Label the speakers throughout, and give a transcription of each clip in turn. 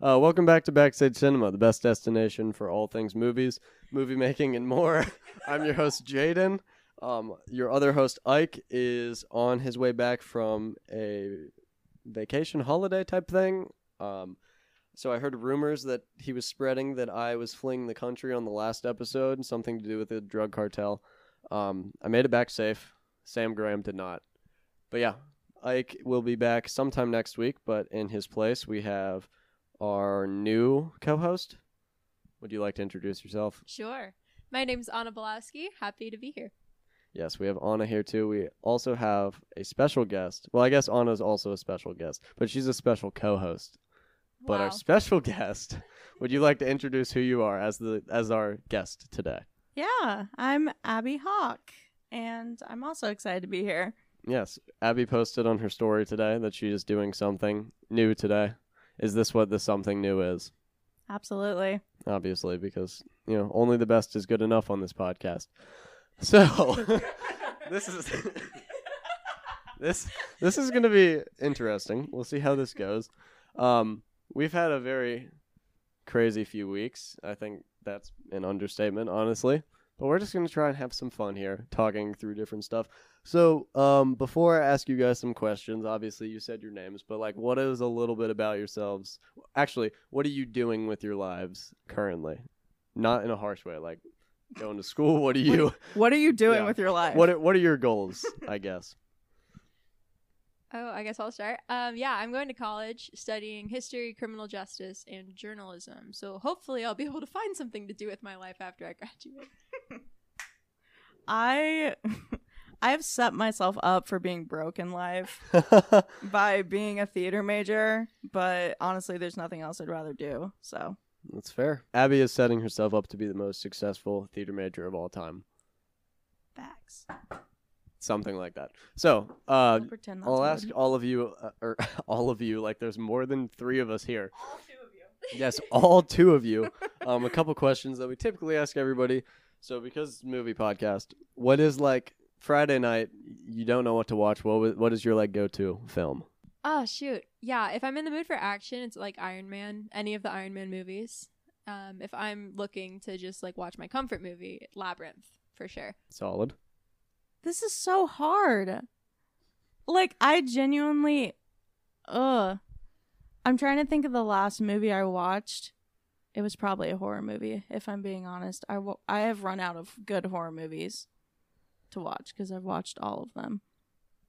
Speaker 1: Uh, welcome back to Backstage Cinema, the best destination for all things movies, movie making, and more. I'm your host, Jaden. Um, your other host, Ike, is on his way back from a vacation holiday type thing. Um, so I heard rumors that he was spreading that I was fleeing the country on the last episode, something to do with the drug cartel. Um, I made it back safe. Sam Graham did not. But yeah, Ike will be back sometime next week, but in his place, we have our new co-host. Would you like to introduce yourself?
Speaker 2: Sure. My name's Anna Belowski. Happy to be here.
Speaker 1: Yes, we have Anna here too. We also have a special guest. Well, I guess Anna's also a special guest, but she's a special co-host. But
Speaker 2: wow.
Speaker 1: our special guest, would you like to introduce who you are as the as our guest today?
Speaker 3: Yeah, I'm Abby Hawk, and I'm also excited to be here.
Speaker 1: Yes, Abby posted on her story today that she is doing something new today. Is this what the something new is?
Speaker 3: Absolutely.
Speaker 1: Obviously, because, you know, only the best is good enough on this podcast. So, this is this this is going to be interesting. We'll see how this goes. Um, we've had a very crazy few weeks. I think that's an understatement, honestly. But we're just going to try and have some fun here, talking through different stuff. So, um, before I ask you guys some questions, obviously you said your names, but like, what is a little bit about yourselves? Actually, what are you doing with your lives currently? Not in a harsh way, like going to school. What are you?
Speaker 3: What are you doing
Speaker 1: Yeah.
Speaker 3: with your life?
Speaker 1: What are, what are your goals? I guess.
Speaker 2: Oh, I guess I'll start. Um, yeah, I'm going to college studying history, criminal justice, and journalism. So hopefully, I'll be able to find something to do with my life after I graduate.
Speaker 3: I I have set myself up for being broke in life by being a theater major, but honestly, there's nothing else I'd rather do. So
Speaker 1: That's fair. Abby is setting herself up to be the most successful theater major of all time.
Speaker 3: facts.
Speaker 1: Uh, Something like that. So, uh,
Speaker 3: Don't pretend that's
Speaker 1: I'll
Speaker 3: rude.
Speaker 1: ask all of you, uh, or all of you, like there's more than three of us here. Yes, all two of you. Um, a couple questions that we typically ask everybody. So, because it's a movie podcast, what is like Friday night? You don't know what to watch. What wa- what is your like go to film?
Speaker 2: Oh shoot, yeah. If I'm in the mood for action, it's like Iron Man, any of the Iron Man movies. Um, if I'm looking to just like watch my comfort movie, Labyrinth for sure.
Speaker 1: Solid.
Speaker 3: This is so hard. Like I genuinely ugh. I'm trying to think of the last movie I watched. It was probably a horror movie, if I'm being honest. I wa- I have run out of good horror movies to watch because I've watched all of them.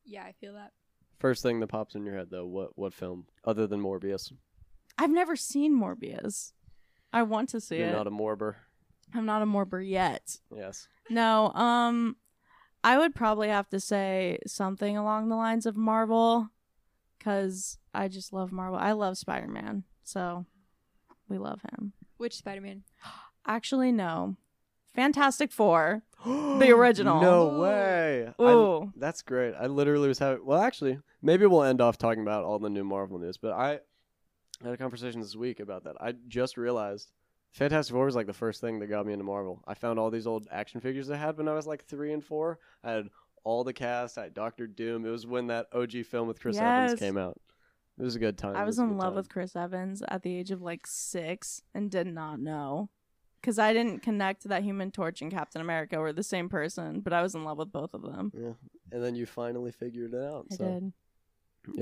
Speaker 2: Yeah, I feel that.
Speaker 1: First thing that pops in your head though, what what film other than Morbius?
Speaker 3: I've never seen Morbius. I want to see
Speaker 1: You're
Speaker 3: it.
Speaker 1: not a Morber.
Speaker 3: I'm not a Morber yet.
Speaker 1: Yes.
Speaker 3: No, um I would probably have to say something along the lines of Marvel cuz I just love Marvel. I love Spider-Man. So we love him.
Speaker 2: Which Spider Man?
Speaker 3: Actually no. Fantastic 4. The original.
Speaker 1: No
Speaker 2: Ooh.
Speaker 1: way. I-
Speaker 3: Ooh.
Speaker 1: that's great. I literally was having. Well, actually, maybe we'll end off talking about all the new Marvel news. But I had a conversation this week about that. I just realized Fantastic Four was like the first thing that got me into Marvel. I found all these old action figures I had when I was like three and four. I had all the cast. I had Doctor Doom. It was when that OG film with Chris Evans
Speaker 3: Yes.
Speaker 1: came out. It was a good time.
Speaker 3: I
Speaker 1: It
Speaker 3: was
Speaker 1: a
Speaker 3: in
Speaker 1: good
Speaker 3: love
Speaker 1: time.
Speaker 3: with Chris Evans at the age of like 6 and did not know cuz I didn't connect that Human Torch and Captain America were the same person, but I was in love with both of them.
Speaker 1: And then you finally figured it out.
Speaker 3: I
Speaker 1: so.
Speaker 3: did.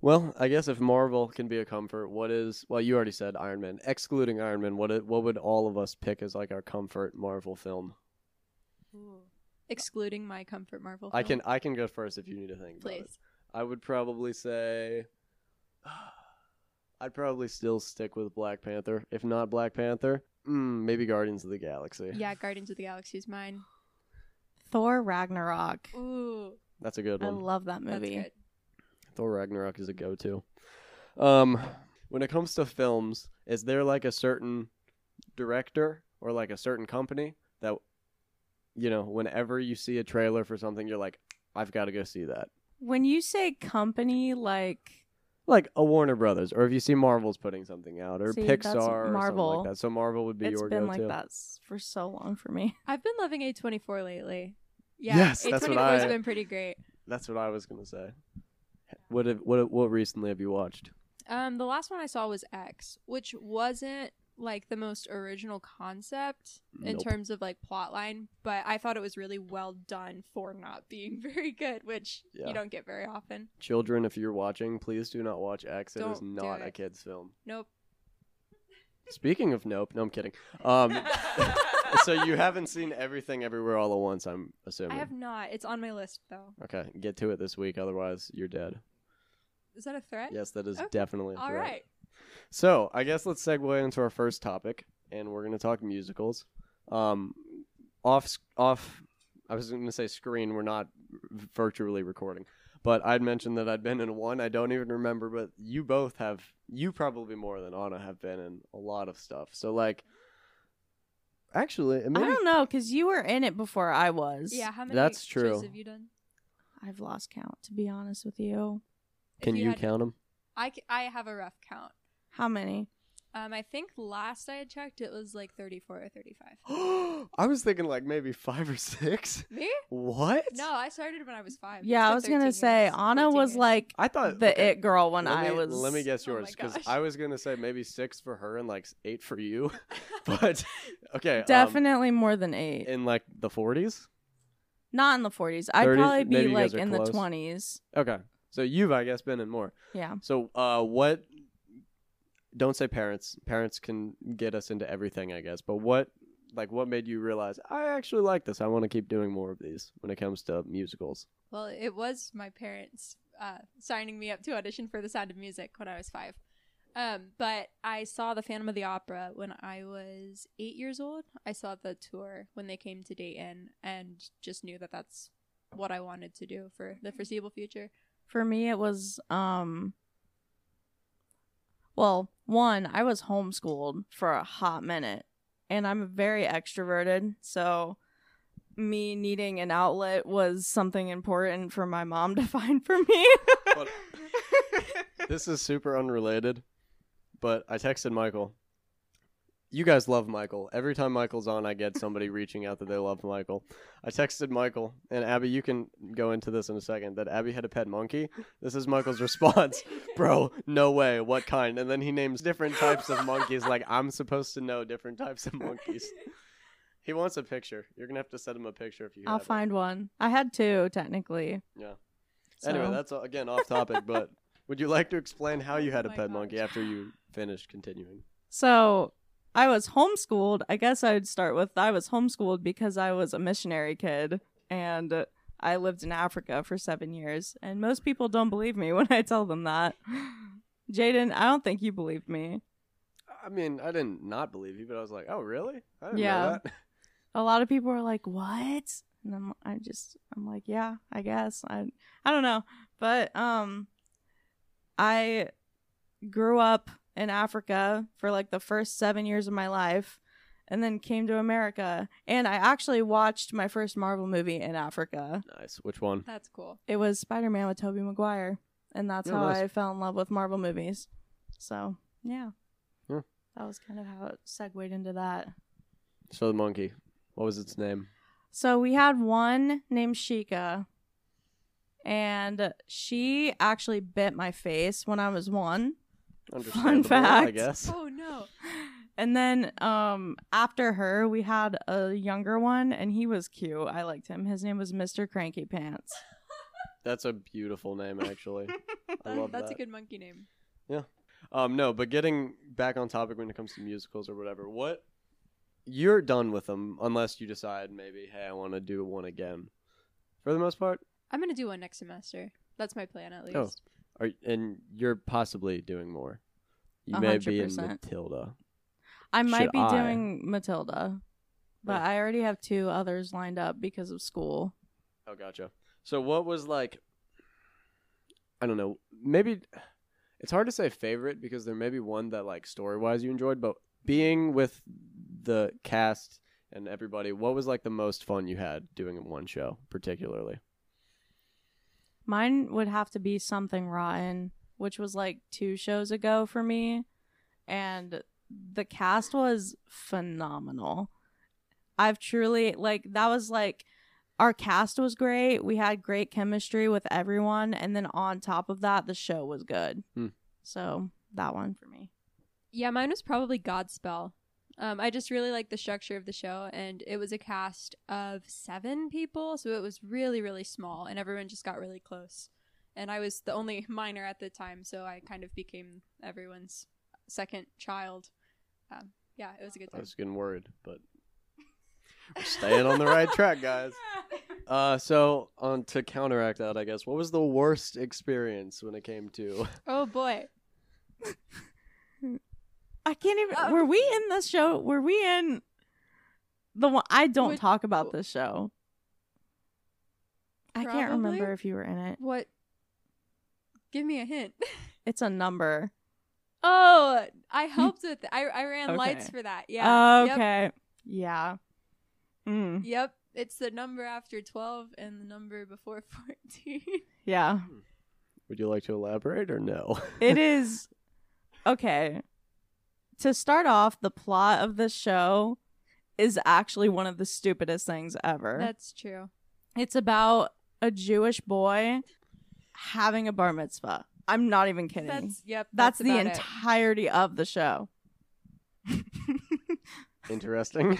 Speaker 1: Well, I guess if Marvel can be a comfort, what is? Well, you already said Iron Man. Excluding Iron Man, what i- what would all of us pick as like our comfort Marvel film?
Speaker 2: Excluding my comfort Marvel.
Speaker 1: I
Speaker 2: film.
Speaker 1: can I can go first if you need to think. About it.
Speaker 2: please.
Speaker 1: I would probably say. I'd probably still stick with Black Panther. If not Black Panther, mm, maybe Guardians of the Galaxy.
Speaker 2: Yeah, Guardians of the Galaxy is mine.
Speaker 3: Thor Ragnarok.
Speaker 2: Ooh,
Speaker 1: That's a good
Speaker 3: I
Speaker 1: one.
Speaker 3: love that
Speaker 2: that's
Speaker 3: movie.
Speaker 2: good.
Speaker 1: Thor Ragnarok is a go-to. Um, when it comes to films, is there like a certain director or like a certain company that, you know, whenever you see a trailer for something, you're like, I've got to go see that.
Speaker 3: When you say company, like
Speaker 1: Like a Warner Brothers, or if you see Marvel's putting something out, or
Speaker 3: See, that's
Speaker 1: Pixar, or something
Speaker 3: Marvel.
Speaker 1: like that. So Marvel would be
Speaker 3: it's
Speaker 1: your
Speaker 3: been
Speaker 1: go-to.
Speaker 3: like that s- for so long for me.
Speaker 2: I've been loving A24 lately. Yeah,
Speaker 1: Yes,
Speaker 2: A24
Speaker 1: that's what
Speaker 2: has
Speaker 1: I-
Speaker 2: been pretty great.
Speaker 1: That's what I was gonna say. What have, what what recently have you watched?
Speaker 2: Um, the last one I saw was X, which wasn't like the most original concept in
Speaker 1: Nope.
Speaker 2: terms of like plot line, but I thought it was really well done for not being very good, which
Speaker 1: Yeah.
Speaker 2: you don't get very often.
Speaker 1: Children, if you're watching, please do not watch X. It is
Speaker 2: Don't do
Speaker 1: not a
Speaker 2: it.
Speaker 1: kid's film.
Speaker 2: Nope.
Speaker 1: Speaking of nope, no, I'm kidding. Um, so you haven't seen everything everywhere all at once, I'm
Speaker 2: I
Speaker 1: assuming.
Speaker 2: have not. It's on my list though.
Speaker 1: Okay, get to it this week, otherwise you're dead.
Speaker 2: Is that a threat?
Speaker 1: Yes, that is
Speaker 2: Okay.
Speaker 1: definitely a
Speaker 2: All
Speaker 1: threat.
Speaker 2: right.
Speaker 1: So I guess let's segue into our first topic, and we're gonna talk musicals. Um, off off. I was gonna say screen. We're not virtually recording, but I'd mentioned that I'd been in one. I don't even remember, but you both have. You probably more than Anna have been in a lot of stuff. So like, actually, it
Speaker 3: I
Speaker 1: may be-
Speaker 3: don't know because you were in it before I was.
Speaker 2: Yeah, how many
Speaker 1: That's true.
Speaker 2: shows have you done?
Speaker 3: I've lost count to be honest with you.
Speaker 2: If
Speaker 1: can you
Speaker 2: had-
Speaker 1: count them?
Speaker 2: I, c- I have a rough count.
Speaker 3: How many?
Speaker 2: Um, I think last I had checked, it was like 34 or 35.
Speaker 1: I was thinking like maybe five or six.
Speaker 2: Me?
Speaker 1: What?
Speaker 2: No, I started when I was five. It's
Speaker 3: Yeah, I
Speaker 2: been
Speaker 3: was gonna
Speaker 2: 13
Speaker 3: say
Speaker 2: years,
Speaker 3: Anna
Speaker 2: 14
Speaker 3: was
Speaker 2: years.
Speaker 3: like
Speaker 1: I thought
Speaker 3: the
Speaker 1: Uh, okay.
Speaker 3: it girl when
Speaker 1: let me,
Speaker 3: I was.
Speaker 1: Let me guess
Speaker 2: Oh my
Speaker 1: yours because
Speaker 2: gosh.
Speaker 1: I was gonna say maybe six for her and like s- eight for you, but okay, um,
Speaker 3: Definitely more than eight.
Speaker 1: in like the forties.
Speaker 3: Not in the 40s. I'd
Speaker 1: 30s
Speaker 3: probably be
Speaker 1: maybe you guys
Speaker 3: like
Speaker 1: are
Speaker 3: in
Speaker 1: close.
Speaker 3: the 20s.
Speaker 1: Okay, so you've I guess been in more.
Speaker 3: Yeah.
Speaker 1: So uh, what? Don't say parents. Parents can get us into everything, I guess. But what, like, what made you realize I actually like this? I want to keep doing more of these when it comes to musicals.
Speaker 2: Well, it was my parents uh, signing me up to audition for The Sound of Music when I was five. Um, but I saw The Phantom of the Opera when I was eight years old. I saw the tour when they came to Dayton and just knew that that's what I wanted to do for the foreseeable future.
Speaker 3: For me, it was um. Well, one, I was homeschooled for a hot minute, and I'm very extroverted, so me needing an outlet was something important for my mom to find for me.
Speaker 1: But- this is super unrelated, but I texted Michael. You guys love Michael. Every time Michael's on, I get somebody reaching out that they love Michael. I texted Michael, and Abby, you can go into this in a second, that Abby had a pet monkey. This is Michael's response Bro, no way. What kind? And then he names different types of monkeys. Like, I'm supposed to know different types of monkeys. He wants a picture. You're going to have to send him a picture if you
Speaker 3: I'll
Speaker 1: have it.
Speaker 3: find one. I had two technically.
Speaker 1: Yeah.
Speaker 3: So-
Speaker 1: Anyway, that's all, again off topic, but would you like to explain how you had a
Speaker 2: Oh my
Speaker 1: pet
Speaker 2: gosh.
Speaker 1: monkey after you finished continuing?
Speaker 3: So I was homeschooled. I guess I'd start with I was homeschooled because I was a missionary kid and I lived in Africa for seven years. And most people don't believe me when I tell them that. Jaden, I don't think you believed me.
Speaker 1: I mean, I didn't not believe you, but I was like, oh, really? I didn't know
Speaker 3: Yeah.
Speaker 1: that.
Speaker 3: A lot of people are like, "What?" And I'm, I just, I'm like, "Yeah, I guess." I, I don't know, but um, I grew up in Africa for like the first seven years of my life and then came to America. And I actually watched my first Marvel movie in Africa.
Speaker 1: Nice. Which one?
Speaker 2: That's cool.
Speaker 3: It was Spider Man with Tobey Maguire. And that's
Speaker 1: Oh,
Speaker 3: how
Speaker 1: nice.
Speaker 3: I fell in love with Marvel movies. So, yeah.
Speaker 1: Yeah.
Speaker 3: That was kind of how it segued into that.
Speaker 1: So the monkey. What was its name?
Speaker 3: So we had one named Sheikah, and she actually bit my face when I was one.
Speaker 1: Understandable, I
Speaker 3: fact.
Speaker 1: guess.
Speaker 2: Oh no.
Speaker 3: And then um, after her, we had a younger one, and he was cute. I liked him. His name was Mr. Cranky Pants.
Speaker 1: That's a beautiful name, actually. I
Speaker 2: That-
Speaker 1: love
Speaker 2: that's
Speaker 1: that.
Speaker 2: a good monkey name.
Speaker 1: Um, no, but getting back on topic when it comes to musicals or whatever, what you're done with them unless you decide maybe, hey, I want to do one again. For the most part,
Speaker 2: I'm gonna do one next semester. That's my plan at least.
Speaker 1: Oh. are, and you're possibly doing more. You may be in
Speaker 3: 100%.
Speaker 1: Matilda.
Speaker 3: I might
Speaker 1: Should
Speaker 3: be
Speaker 1: I?
Speaker 3: doing Matilda, but
Speaker 1: Yeah.
Speaker 3: I already have two others lined up because of school.
Speaker 1: Oh, gotcha. So what was like? I don't know. Maybe it's hard to say favorite because there may be one that like story wise you enjoyed, but being with the cast and everybody, what was like the most fun you had doing in one show, particularly?
Speaker 3: Mine would have to be Something Rotten, which was like two shows ago for me. And the cast was phenomenal. I've truly, like, that was like, our cast was great. We had great chemistry with everyone. And then on top of that, the show was good.
Speaker 1: Hmm.
Speaker 3: So that one for me.
Speaker 2: Yeah, mine was probably Godspell. Um, I just really liked the structure of the show, and it was a cast of seven people, so it was really, really small, and everyone just got really close. And I was the only minor at the time, so I kind of became everyone's second child. Um, yeah, it was a good
Speaker 1: I
Speaker 2: time.
Speaker 1: was getting worried, but we're staying on the right track, guys. Uh, so on to counteract that, I guess, what was the worst experience when it came to?
Speaker 2: Oh boy,
Speaker 3: I can't even.
Speaker 2: Oh.
Speaker 3: Were we in this show? Were we in the one? I don't
Speaker 2: Which-
Speaker 3: talk about this show. I can't
Speaker 2: Probably.
Speaker 3: remember if you were in it.
Speaker 2: what? Give me a hint.
Speaker 3: It's a number.
Speaker 2: Oh, I helped with. I I ran lights
Speaker 3: Okay.
Speaker 2: for that. Yeah. Yep.
Speaker 3: okay. Yeah. Mm,
Speaker 2: Yep. It's the number after 12 and the number before 14.
Speaker 3: yeah.
Speaker 1: Would you like to elaborate or no?
Speaker 3: It is. Okay. To start off, the plot of this show is actually one of the stupidest things ever.
Speaker 2: That's true.
Speaker 3: It's about a Jewish boy having a bar mitzvah. I'm not even kidding.
Speaker 2: That's yep.
Speaker 3: That's, the
Speaker 2: about it.
Speaker 3: entirety of the show.
Speaker 1: Interesting.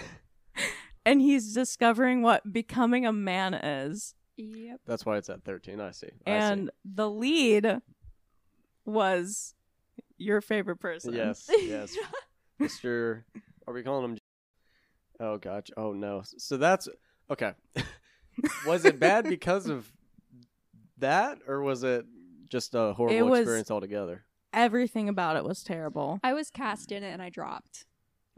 Speaker 3: and he's discovering what becoming a man is.
Speaker 2: Yep.
Speaker 1: That's why it's at thirteen. I see. I see.
Speaker 3: And the lead was your favorite person.
Speaker 1: yes, yes, Mister. Are we calling him? J- Oh gotcha. Oh no. So that's okay. was it bad because of that, or was it just a horrible
Speaker 3: It was-
Speaker 1: experience altogether?
Speaker 3: Everything about it was terrible.
Speaker 2: I was cast in it and I dropped.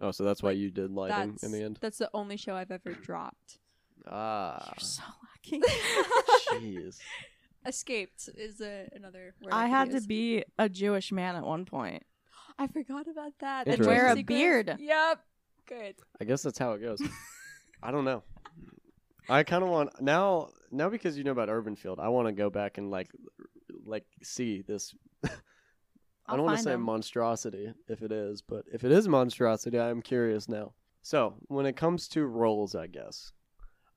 Speaker 1: Oh, so that's why you did lighting
Speaker 2: That's
Speaker 1: in the end.
Speaker 2: That's the only show I've ever dropped.
Speaker 1: Ah,
Speaker 3: You're so lucky.
Speaker 1: jeez.
Speaker 2: Escaped is a, another word. I
Speaker 3: I
Speaker 2: could
Speaker 3: had to
Speaker 2: use.
Speaker 3: be a Jewish man at one point.
Speaker 2: I forgot about that.
Speaker 1: And
Speaker 2: The
Speaker 1: wear
Speaker 2: dream
Speaker 1: a
Speaker 2: sequence.
Speaker 3: beard.
Speaker 2: Yep. Good.
Speaker 1: I guess that's how it goes. I don't know. I kind of want now now because you know about Urban Field. I want to go back and like like see this. I
Speaker 3: I'll
Speaker 1: don't want to
Speaker 3: find
Speaker 1: say
Speaker 3: him.
Speaker 1: monstrosity if it is, but if it is monstrosity, I am curious now. So when it comes to roles, I guess,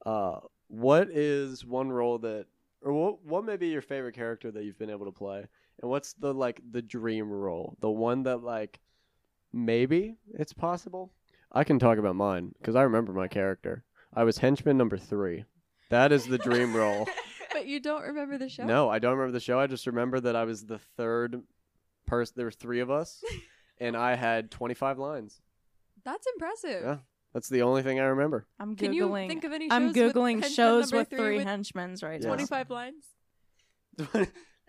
Speaker 1: uh, what is one role that, or what what may be your favorite character that you've been able to play, and what's the like the dream role, the one that like maybe it's possible. I can talk about mine because I remember my character. I was henchman number three. That is the dream role.
Speaker 2: But you don't remember the show?
Speaker 1: No, I don't remember the show. I just remember that I was the third person. There were three of us, and I had 25 lines.
Speaker 2: That's impressive.
Speaker 1: Yeah. That's the only thing I remember.
Speaker 3: I'm googling.
Speaker 2: Can you think of any shows
Speaker 3: I'm googling
Speaker 2: with henchman
Speaker 3: shows
Speaker 2: number
Speaker 3: with
Speaker 2: three
Speaker 3: three
Speaker 2: with
Speaker 3: henchmen's right
Speaker 1: Yeah.
Speaker 3: now.
Speaker 2: 25 lines?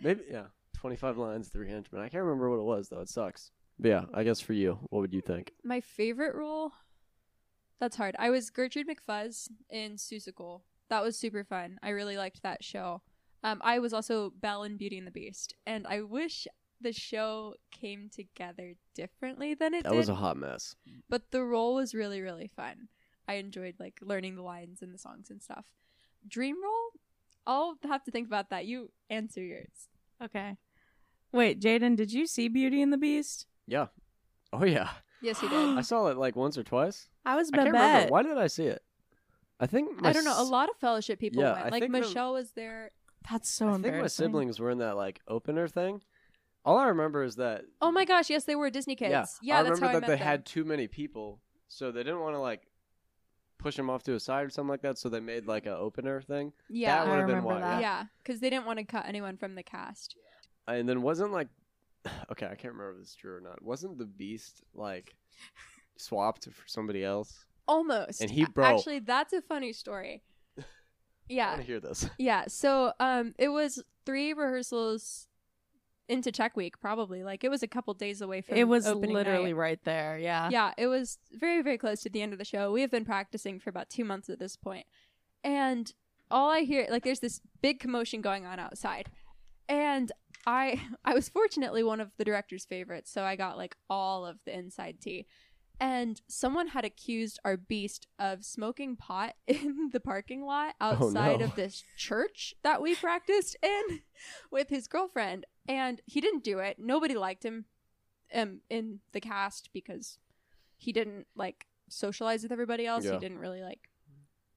Speaker 1: Maybe, yeah, 25 lines, three henchmen. I can't remember what it was, though. It sucks. But yeah, I guess for you, what would you think?
Speaker 2: My favorite role? That's hard. I was Gertrude McFuzz in Susicle. That was super fun. I really liked that show. Um, I was also Belle in Beauty and the Beast, and I wish the show came together differently than it
Speaker 1: That
Speaker 2: did.
Speaker 1: was a hot mess.
Speaker 2: but the role was really, really fun. I enjoyed like learning the lines and the songs and stuff. Dream role? I'll have to think about that. You answer yours.
Speaker 3: Okay. Wait, Jaden, did you see Beauty and the Beast?
Speaker 1: Oh, yeah.
Speaker 2: Yes, you did.
Speaker 1: I saw it like once or twice.
Speaker 3: I was
Speaker 1: I can't remember.
Speaker 3: Babette.
Speaker 1: Why did I see it? I think my
Speaker 2: I don't know. A
Speaker 1: s-
Speaker 2: lot of fellowship people
Speaker 1: Yeah, I
Speaker 2: went. Like
Speaker 1: think the-
Speaker 2: Michelle was there.
Speaker 3: That's so
Speaker 1: I
Speaker 3: embarrassing.
Speaker 1: think my siblings were in that like opener thing. All I remember is that
Speaker 2: Oh my gosh, yes, they were Disney kids. Yeah,
Speaker 1: I
Speaker 2: that's
Speaker 1: remember
Speaker 2: how I
Speaker 1: that
Speaker 2: met
Speaker 1: they
Speaker 2: them.
Speaker 1: had too many people, so they didn't want to like push them off to a side or something like that. So they made like a opener thing.
Speaker 2: yeah,
Speaker 1: that
Speaker 3: I
Speaker 1: would have been
Speaker 3: remember
Speaker 1: why.
Speaker 3: that.
Speaker 1: Yeah.
Speaker 2: yeah, because they didn't want to cut anyone from the cast.
Speaker 1: And then wasn't like, okay, I can't remember if this is true or not. Wasn't the Beast like swapped for somebody else?
Speaker 2: Almost.
Speaker 1: And he
Speaker 2: A-
Speaker 1: broke.
Speaker 2: Actually, that's a funny story.
Speaker 1: I
Speaker 2: Yeah,
Speaker 1: want to hear this.
Speaker 2: yeah. So, um, it was three rehearsals into check week, probably. Like it was a couple days away from.
Speaker 3: It was
Speaker 2: opening
Speaker 3: literally
Speaker 2: night.
Speaker 3: right there. Yeah.
Speaker 2: yeah it was very very close to the end of the show we have been practicing for about two months at this point and all i hear like there's this big commotion going on outside and i i was fortunately one of the director's favorites so i got like all of the inside tea and someone had accused our beast of smoking pot in the parking lot outside
Speaker 1: no.
Speaker 2: of this church that we practiced in with his girlfriend and he didn't do it nobody liked him um, in the cast because he didn't like socialize with everybody else.
Speaker 1: Yeah.
Speaker 2: He didn't really like.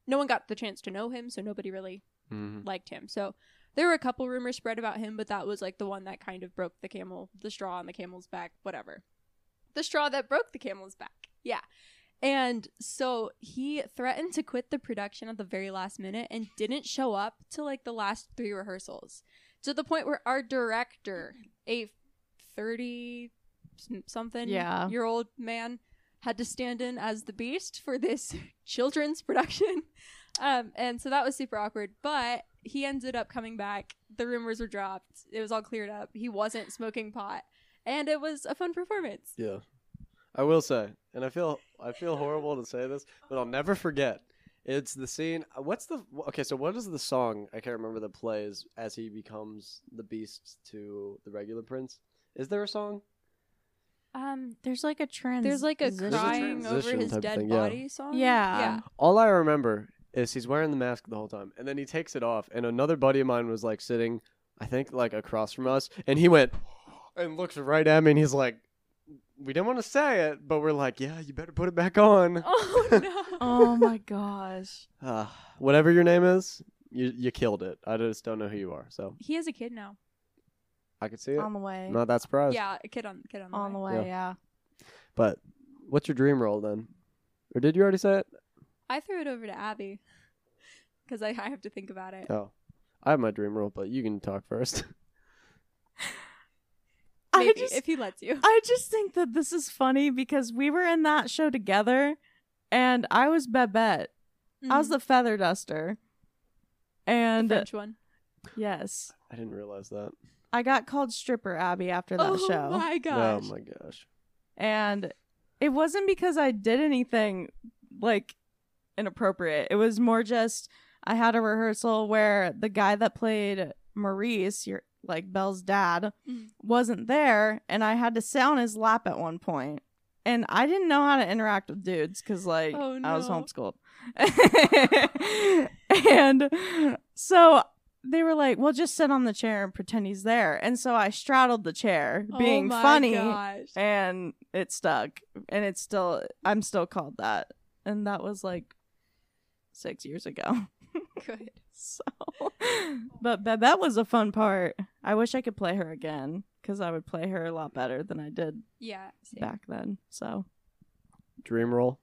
Speaker 2: No one got the chance to know him, so nobody really
Speaker 1: Mm-hmm.
Speaker 2: liked him. So There were a couple rumors spread about him, but that was like the one that kind of broke the camel, the straw on the camel's back, whatever. The straw that broke the camel's back. Yeah. And so he threatened to quit the production at the very last minute and didn't show up till like the last three rehearsals to the point where our director, a 30 some- something
Speaker 3: Yeah.
Speaker 2: year old man, had to stand in as the beast for this children's production. Um, and so that was super awkward, but he ended up coming back. The rumors were dropped, it was all cleared up. He wasn't smoking pot, and it was a fun performance.
Speaker 1: Yeah. I will say, and I feel I feel horrible to say this, but I'll never forget. It's the scene. uh, What's the okay? So what is the song? I can't remember that plays as he becomes the beast to the regular prince. Is there a song?
Speaker 2: Um,
Speaker 3: There's like a trans.
Speaker 2: There's like a
Speaker 3: transition.
Speaker 2: crying over
Speaker 1: transition
Speaker 2: his
Speaker 1: type
Speaker 2: dead
Speaker 1: thing, yeah.
Speaker 2: body song.
Speaker 3: Yeah.
Speaker 2: Yeah.
Speaker 1: All I remember is he's wearing the mask the whole time, and then he takes it off. And another buddy of mine was like sitting, I think, like across from us, and he went and looks right at me, and he's like, "We didn't want to say it, but we're like, yeah, you better put it back on."
Speaker 2: Oh no.
Speaker 3: Oh my gosh.
Speaker 1: Uh, whatever your name is, you you killed it. I just don't know who you are, so
Speaker 2: He has a kid now.
Speaker 1: I could see it.
Speaker 3: On the way.
Speaker 1: I'm not that surprised.
Speaker 2: Yeah, a kid on kid on the
Speaker 3: On the
Speaker 2: way.
Speaker 3: way.
Speaker 1: Yeah.
Speaker 3: Yeah.
Speaker 1: But what's your dream role then? Or did you already say it?
Speaker 2: I threw it over to Abby because I, I have to think about it.
Speaker 1: Oh, I have my dream role, but you can talk first.
Speaker 2: Maybe,
Speaker 3: I just
Speaker 2: if he lets you.
Speaker 3: I just think that this is funny because we were in that show together, and I was Babette. I was
Speaker 2: Mhm.
Speaker 3: the feather duster, and
Speaker 2: Mm-hmm. French one.
Speaker 3: yes,
Speaker 1: I didn't realize that.
Speaker 3: I got called stripper Abby after that
Speaker 2: Oh
Speaker 3: show.
Speaker 2: my gosh.
Speaker 1: Oh my gosh.
Speaker 3: and it wasn't because I did anything like inappropriate. It was more just I had a rehearsal where the guy that played Maurice, your like Belle's dad,
Speaker 2: Mhm.
Speaker 3: wasn't there, and I had to sit on his lap at one point. And I didn't know how to interact with dudes because, like,
Speaker 2: Oh,
Speaker 3: I was
Speaker 2: no.
Speaker 3: homeschooled. and so they were like, well, just sit on the chair and pretend he's there. And so I straddled the chair,
Speaker 2: Oh
Speaker 3: being
Speaker 2: my
Speaker 3: funny
Speaker 2: gosh.
Speaker 3: and it stuck and it's still i'm still called that and that was like six years ago
Speaker 2: Good.
Speaker 3: so but babette was a fun part i wish i could play her again because i would play her a lot better than i did
Speaker 2: Yeah. same.
Speaker 3: back then so
Speaker 1: Dream role?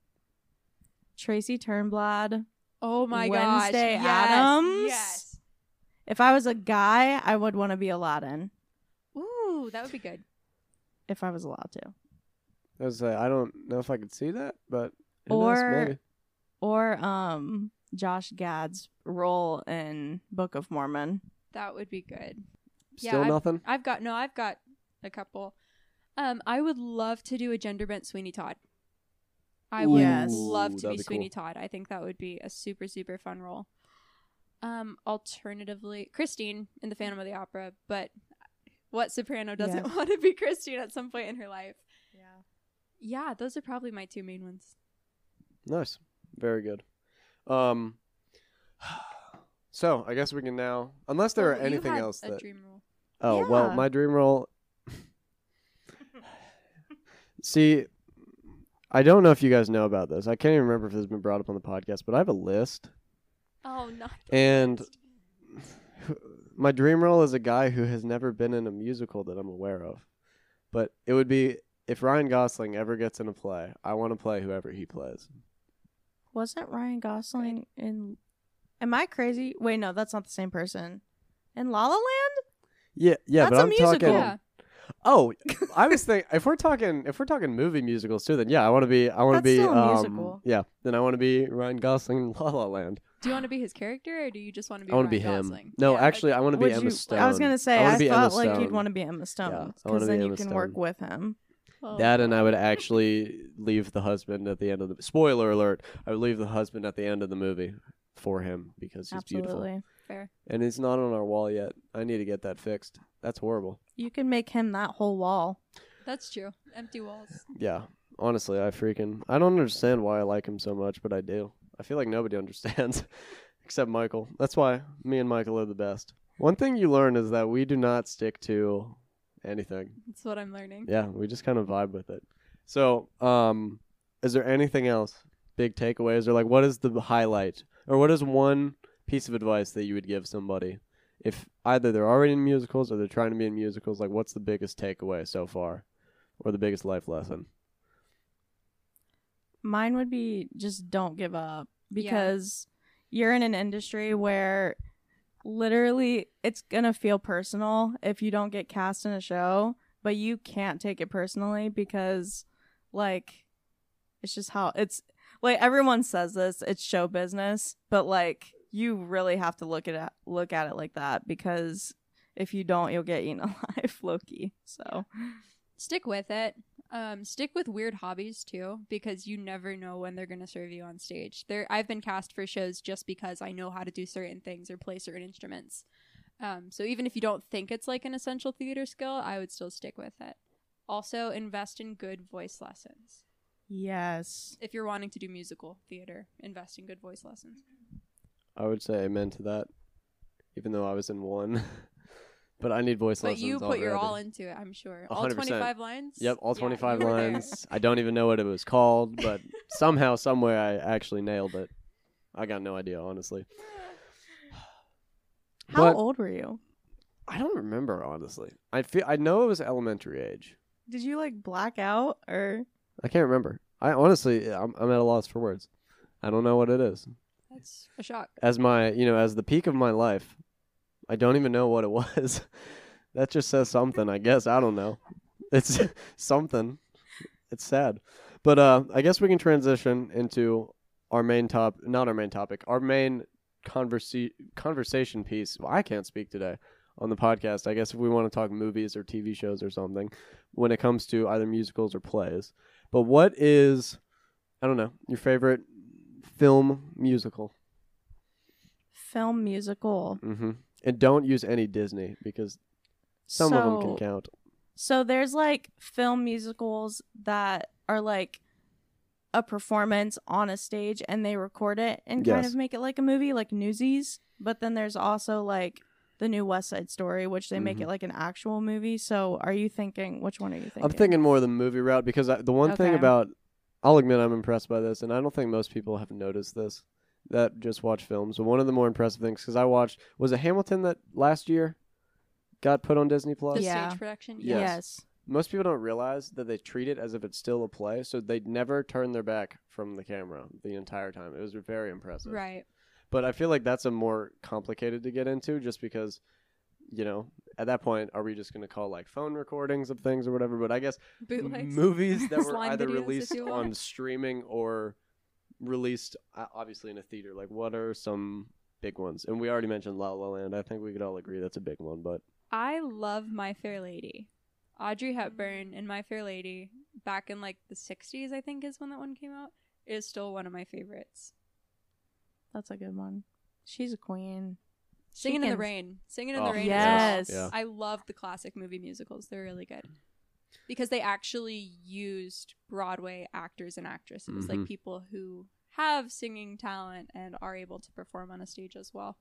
Speaker 3: tracy turnblad
Speaker 2: Oh my
Speaker 3: Wednesday
Speaker 2: gosh. Yes,
Speaker 3: Addams?
Speaker 2: Yes.
Speaker 3: if i was a guy i would want to be aladdin
Speaker 2: Ooh, that would be good.
Speaker 3: if i was allowed to
Speaker 1: I was say I don't know if I could see that, but who knows,
Speaker 3: Or-
Speaker 1: maybe.
Speaker 3: or um josh gad's role in book of mormon
Speaker 2: That would be good. yeah,
Speaker 1: Still
Speaker 2: I-
Speaker 1: nothing?
Speaker 2: I've got no, I've got a couple. Um, I would love to do a gender bent Sweeney Todd. I would
Speaker 3: Yes.
Speaker 2: love
Speaker 1: Ooh,
Speaker 2: to
Speaker 1: that'd
Speaker 2: be,
Speaker 1: be
Speaker 2: Sweeney Todd. I think that would be a super super fun role. Um, alternatively, Christine in the Phantom of the Opera, but what soprano doesn't want to be Christine at some point in her life?
Speaker 3: yeah
Speaker 2: Yeah, those are probably my two main ones.
Speaker 1: Nice. Very good. Um so I guess we can now unless there are
Speaker 2: Oh, you
Speaker 1: anything
Speaker 2: had
Speaker 1: else
Speaker 2: a
Speaker 1: that
Speaker 2: dream role.
Speaker 1: Oh
Speaker 3: Yeah.
Speaker 1: well, my dream role. See, I don't know if you guys know about this. I can't even remember if this has been brought up on the podcast, but I have a list,
Speaker 2: Oh, not
Speaker 1: and my dream role is a guy who has never been in a musical that I'm aware of. But it would be if Ryan Gosling ever gets in a play. I want to play whoever he plays.
Speaker 3: Wasn't Ryan Gosling in? Am I crazy? Wait, no, that's not the same person. In La La Land,
Speaker 1: Yeah, yeah,
Speaker 3: That's
Speaker 1: but
Speaker 3: a
Speaker 1: I'm
Speaker 3: musical.
Speaker 1: talking.
Speaker 2: yeah.
Speaker 1: Oh, I was thinking if we're talking if we're talking movie musicals too, then yeah, I want to be I want to
Speaker 3: That's
Speaker 1: be
Speaker 3: still a
Speaker 1: um,
Speaker 3: musical.
Speaker 1: yeah, then I want to be Ryan Gosling in La La Land.
Speaker 2: Do you want to be his character, or do you just want to be?
Speaker 1: I want to
Speaker 2: Ryan
Speaker 1: be him.
Speaker 2: Gosling?
Speaker 1: No,
Speaker 2: Yeah,
Speaker 1: actually, I want to be
Speaker 3: Would
Speaker 1: Emma
Speaker 3: you-
Speaker 1: Stone.
Speaker 3: I was gonna say
Speaker 1: wanna
Speaker 3: I,
Speaker 1: be Emma
Speaker 3: thought like you'd
Speaker 1: Stone.
Speaker 3: want to be Emma Stone
Speaker 1: I wanna
Speaker 3: because
Speaker 1: be
Speaker 3: then you
Speaker 1: Emma
Speaker 3: can work
Speaker 1: Stone.
Speaker 3: with him.
Speaker 2: Oh,
Speaker 1: that, and I would actually leave the husband at the end of the spoiler alert. I would leave the husband at the end of the movie for him because he's beautiful,
Speaker 3: Absolutely,
Speaker 2: fair.
Speaker 1: and he's not on our wall yet. I need to get that fixed. That's horrible.
Speaker 3: you can make him that whole wall.
Speaker 2: That's true. Empty walls.
Speaker 1: Yeah, honestly, I freaking I don't understand why I like him so much, but I do. I feel like nobody understands except Michael. That's why me and Michael are the best. One thing you learn is that we do not stick to anything.
Speaker 2: That's what I'm learning.
Speaker 1: Yeah, we just kind of vibe with it. So, um, is there anything else? Big takeaways or like what is the highlight or what is one piece of advice that you would give somebody if either they're already in musicals or they're trying to be in musicals, like what's the biggest takeaway so far, or the biggest life lesson?
Speaker 3: Mine would be just don't give up
Speaker 2: Yeah.
Speaker 3: because you're in an industry where literally it's going to feel personal if you don't get cast in a show, but you can't take it personally because like it's just how it's like everyone says this, it's show business, but like you really have to look at it, look at it like that because if you don't, you'll get eaten alive, Loki. So,
Speaker 2: stick with it. Um, stick with weird hobbies too, because you never know when they're gonna serve you on stage. There, I've been cast for shows just because I know how to do certain things or play certain instruments. Um, so even if you don't think it's like an essential theater skill, I would still stick with it. Also, invest in good voice lessons.
Speaker 3: yes.
Speaker 2: If you're wanting to do musical theater, invest in good voice lessons.
Speaker 1: I would say amen to that, even though I was in one, but I need voice
Speaker 2: But
Speaker 1: lessons.
Speaker 2: you put your
Speaker 1: already.
Speaker 2: all into it, I'm sure.
Speaker 1: A
Speaker 2: All
Speaker 1: hundred percent.
Speaker 2: 25 lines?
Speaker 1: Yep, all
Speaker 2: Yeah,
Speaker 1: 25
Speaker 2: you were there.
Speaker 1: lines. I don't even know what it was called, but somehow, somewhere, I actually nailed it. I got no idea, honestly.
Speaker 3: How
Speaker 1: But-
Speaker 3: old were you?
Speaker 1: I don't remember, honestly. I feel I know it was elementary age.
Speaker 3: Did you like black out or
Speaker 1: I can't remember. I honestly, I'm, I'm at a loss for words. I don't know what it is.
Speaker 2: That's a shock.
Speaker 1: As my, you know, as the peak of my life, I don't even know what it was. that just says something, I guess. I don't know. It's something. It's sad. But uh, I guess we can transition into our main top, not our main topic, our main conversa- conversation piece. Well, I can't speak today on the podcast. I guess if we want to talk movies or TV shows or something, when it comes to either musicals or plays. But what is, I don't know, your favorite film musical?
Speaker 3: film musical?
Speaker 1: Mm-hmm. And don't use any Disney because some
Speaker 3: so,
Speaker 1: of them can count.
Speaker 3: So there's like film musicals that are like a performance on a stage and they record it and kind
Speaker 1: Yes.
Speaker 3: of make it like a movie, like Newsies. But then there's also like the new West Side Story, which they make
Speaker 1: Mhm.
Speaker 3: it like an actual movie. So are you thinking which one are you thinking?
Speaker 1: I'm thinking more of the movie route because I, the one thing
Speaker 3: Okay.
Speaker 1: about, I'll admit I'm impressed by this, and I don't think most people have noticed this that just watch films. But one of the more impressive things because I watched was it Hamilton that last year got put on Disney Plus.
Speaker 2: The
Speaker 3: Yeah.
Speaker 2: stage production?
Speaker 1: Yes.
Speaker 3: yes.
Speaker 1: Most people don't realize that they treat it as if it's still a play, so they never turn their back from the camera the entire time. It was very impressive.
Speaker 2: Right.
Speaker 1: But I feel like that's a more complicated to get into just because, you know, at that point, are we just going to call like phone recordings of things or whatever? But I guess m-
Speaker 2: Bootlegs.
Speaker 1: movies that were
Speaker 2: Slime
Speaker 1: either
Speaker 2: videos, if
Speaker 1: released
Speaker 2: you will.
Speaker 1: on streaming or released uh, obviously in a theater, like what are some big ones? And we already mentioned La La Land. I think we could all agree that's a big one, but
Speaker 2: I love My Fair Lady. Audrey Hepburn and My Fair Lady back in like the 60s, I think is when that one came out, is still one of my favorites.
Speaker 3: That's a good one. She's a queen. She
Speaker 2: Singing in the
Speaker 3: can-
Speaker 2: Rain. Singing in
Speaker 1: Oh,
Speaker 2: the Rain.
Speaker 3: Yes.
Speaker 2: Is
Speaker 1: Yeah.
Speaker 2: I love the classic movie musicals. They're really good. Because they actually used Broadway actors and actresses,
Speaker 1: Mhm.
Speaker 2: like people who have singing talent and are able to perform on a stage as well.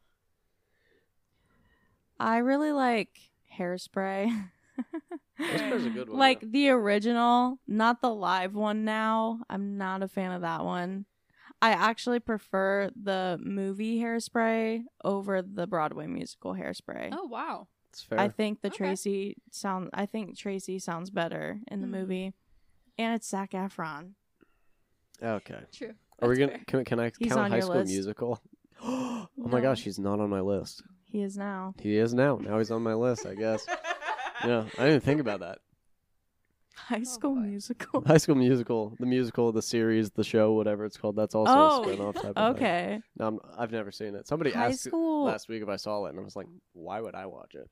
Speaker 3: I really like Hairspray.
Speaker 1: Whisper's a good one.
Speaker 3: like
Speaker 1: yeah.
Speaker 3: the original, not the live one now. I'm not a fan of that one. I actually prefer the movie Hairspray over the Broadway musical Hairspray.
Speaker 2: Oh, wow.
Speaker 1: it's fair.
Speaker 3: I think the
Speaker 2: Okay.
Speaker 3: Tracy sound I think Tracy sounds better in the
Speaker 2: Mm.
Speaker 3: movie. And it's Zach Efron.
Speaker 1: okay.
Speaker 2: True.
Speaker 1: Are we
Speaker 2: That's
Speaker 1: gonna
Speaker 2: fair.
Speaker 1: can, can I
Speaker 3: He's
Speaker 1: count
Speaker 3: on
Speaker 1: High
Speaker 3: your
Speaker 1: School
Speaker 3: list.
Speaker 1: Musical? oh my
Speaker 3: No.
Speaker 1: gosh, he's not on my list.
Speaker 3: He is now.
Speaker 1: He is now. Now he's on my list, I guess. yeah, I didn't think about that.
Speaker 3: High School
Speaker 2: Oh, boy.
Speaker 3: Musical.
Speaker 1: High School Musical, the musical, the series, the show, whatever it's called, that's also
Speaker 3: Oh,
Speaker 1: a spin-off type of thing.
Speaker 3: Okay.
Speaker 1: No, I'm, I've never seen it. Somebody
Speaker 3: High
Speaker 1: asked
Speaker 3: School
Speaker 1: last week if I saw it, and I was like, why would I watch it?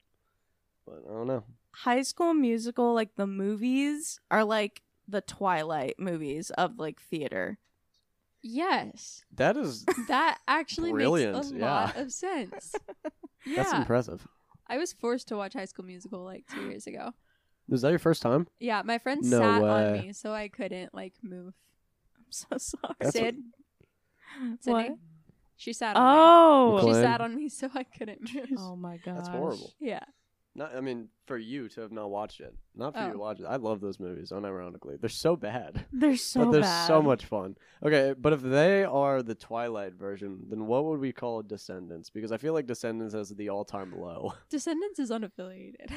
Speaker 1: But I don't know.
Speaker 3: High School Musical, like the movies, are like the Twilight movies of like theater.
Speaker 2: Yes.
Speaker 1: That is
Speaker 2: That actually makes
Speaker 1: Brilliant,
Speaker 2: a
Speaker 1: yeah.
Speaker 2: lot of sense. Yeah.
Speaker 1: that's impressive.
Speaker 2: I was forced to watch High School Musical like two years ago.
Speaker 1: Is that your first time?
Speaker 2: Yeah, my friend
Speaker 1: No
Speaker 2: sat on
Speaker 1: way.
Speaker 2: me, so I couldn't like move.
Speaker 3: I'm so sorry.
Speaker 1: That's
Speaker 2: Sid,
Speaker 3: What?
Speaker 2: Sydney, she sat on
Speaker 3: Oh.
Speaker 2: me. She
Speaker 1: Glenn.
Speaker 2: sat on me, so I couldn't move.
Speaker 3: Oh my god.
Speaker 1: That's horrible.
Speaker 2: Yeah,
Speaker 1: Not, I mean, for you to have not watched it, not for you
Speaker 2: Oh.
Speaker 1: to watch it. I love those movies, unironically. They're so bad,
Speaker 3: They're so
Speaker 1: but they're
Speaker 3: bad.
Speaker 1: so much fun. Okay, but if they are the Twilight version, then what would we call Descendants? Because I feel like Descendants is the all-time low.
Speaker 2: Descendants is unaffiliated.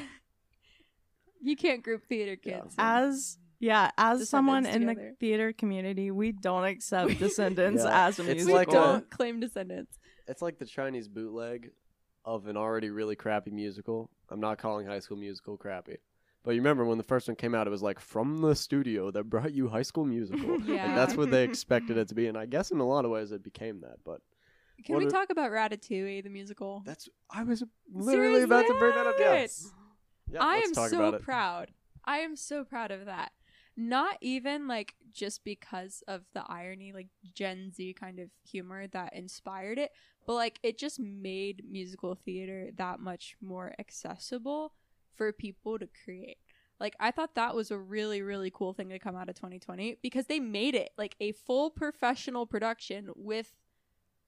Speaker 2: you can't group theater
Speaker 1: Yeah.
Speaker 2: kids.
Speaker 3: as yeah, as someone in
Speaker 2: Descendants
Speaker 3: the
Speaker 2: together.
Speaker 3: theater community, we don't accept Descendants
Speaker 1: Yeah,
Speaker 3: as a
Speaker 1: it's
Speaker 2: we
Speaker 3: musical.
Speaker 1: like
Speaker 2: don't claim descendants.
Speaker 1: It's like the Chinese bootleg of an already really crappy musical. I'm not calling High School Musical crappy. But you remember when the first one came out, it was like from the studio that brought you High School Musical.
Speaker 2: Yeah.
Speaker 1: And that's what they expected it to be. And I guess in a lot of ways it became that. But
Speaker 2: Can
Speaker 1: What
Speaker 2: we
Speaker 1: a-
Speaker 2: talk about Ratatouille the musical?
Speaker 1: that's, I was literally about to bring that up. Yes.
Speaker 2: Serious?
Speaker 1: Yeah,
Speaker 2: I
Speaker 1: let's
Speaker 2: am
Speaker 1: talk
Speaker 2: so
Speaker 1: about it.
Speaker 2: proud. I am so proud of that. Not even like just because of the irony, like Gen Z kind of humor that inspired it, but like it just made musical theater that much more accessible for people to create. Like I thought that was a really really cool thing to come out of 2020 because they made it like a full professional production with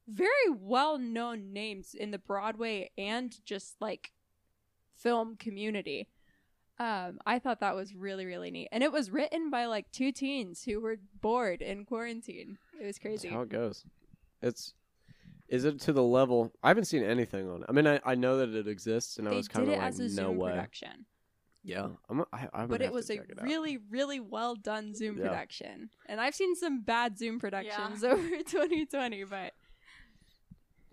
Speaker 2: very well-known names in the Broadway and just like film community. Um, I thought that was really, really neat. And it was written by like two teens who were bored in quarantine. It was
Speaker 1: That's
Speaker 2: crazy.
Speaker 1: how it goes. It's. Is it to the level? I haven't seen anything on it. I mean, I, I know that it exists, and I
Speaker 2: they
Speaker 1: was kind
Speaker 2: did
Speaker 1: of
Speaker 2: it
Speaker 1: like,
Speaker 2: as a
Speaker 1: no
Speaker 2: Zoom
Speaker 1: way.
Speaker 2: production.
Speaker 1: Yeah, I'm. I, I'm
Speaker 2: But it was a really, really well done Zoom
Speaker 1: Yeah.
Speaker 2: production. And I've seen some bad Zoom productions over 2020, but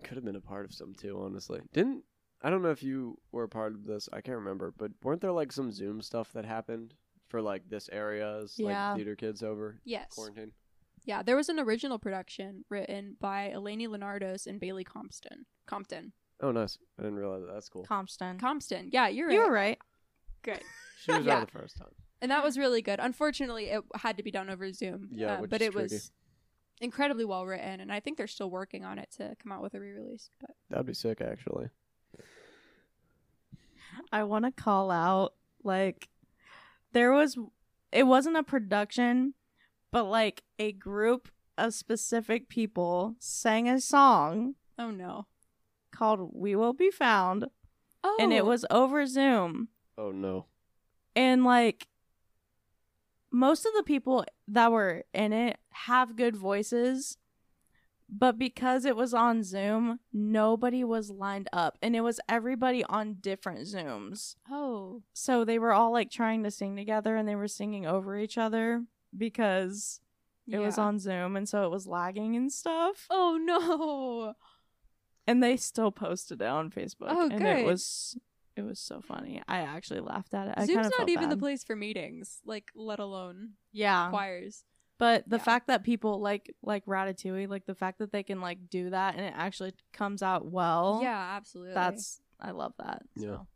Speaker 1: could have been a part of some too, honestly. Didn't I don't know if you were a part of this, I can't remember, but weren't there like some Zoom stuff that happened for like this area's
Speaker 3: Yeah.
Speaker 1: like theater kids over
Speaker 2: yes.
Speaker 1: quarantine?
Speaker 2: Yeah, there was an original production written by Eleni Leonardos and Bailey Compton. Compton.
Speaker 1: Oh nice. I didn't realize that. That's cool.
Speaker 3: Compton.
Speaker 2: Compton. Yeah, you're right.
Speaker 3: You were right.
Speaker 2: Good.
Speaker 1: She was
Speaker 2: Yeah.
Speaker 1: out the first time.
Speaker 2: and that was really good. Unfortunately, it had to be done over Zoom.
Speaker 1: Yeah,
Speaker 2: uh,
Speaker 1: which
Speaker 2: but
Speaker 1: is
Speaker 2: it was incredibly well written, and I think they're still working on it to come out with a re-release. But
Speaker 1: That'd be sick actually.
Speaker 3: I want to call out like there was it wasn't a production, but like a group of specific people sang a song
Speaker 2: oh no,
Speaker 3: called "We Will Be Found,"
Speaker 2: oh,
Speaker 3: and it was over Zoom.
Speaker 1: Oh no.
Speaker 3: and like most of the people that were in it have good voices but because it was on zoom nobody was lined up and it was everybody on different zooms
Speaker 2: oh
Speaker 3: so they were all like trying to sing together and they were singing over each other because it was
Speaker 2: yeah.
Speaker 3: on zoom and so it was lagging and stuff
Speaker 2: Oh no,
Speaker 3: and they still posted it on facebook
Speaker 2: Oh,
Speaker 3: and
Speaker 2: good.
Speaker 3: it was it was so funny i actually laughed at it I
Speaker 2: Zoom's
Speaker 3: kinda
Speaker 2: not
Speaker 3: felt
Speaker 2: even the
Speaker 3: bad. Uh-huh.
Speaker 2: place for meetings, like let alone
Speaker 3: yeah
Speaker 2: choirs.
Speaker 3: But the
Speaker 2: Yeah.
Speaker 3: fact that people like like Ratatouille, like the fact that they can like do that and it actually comes out well.
Speaker 2: yeah, absolutely.
Speaker 3: That's I love that.
Speaker 1: Yeah.
Speaker 3: so.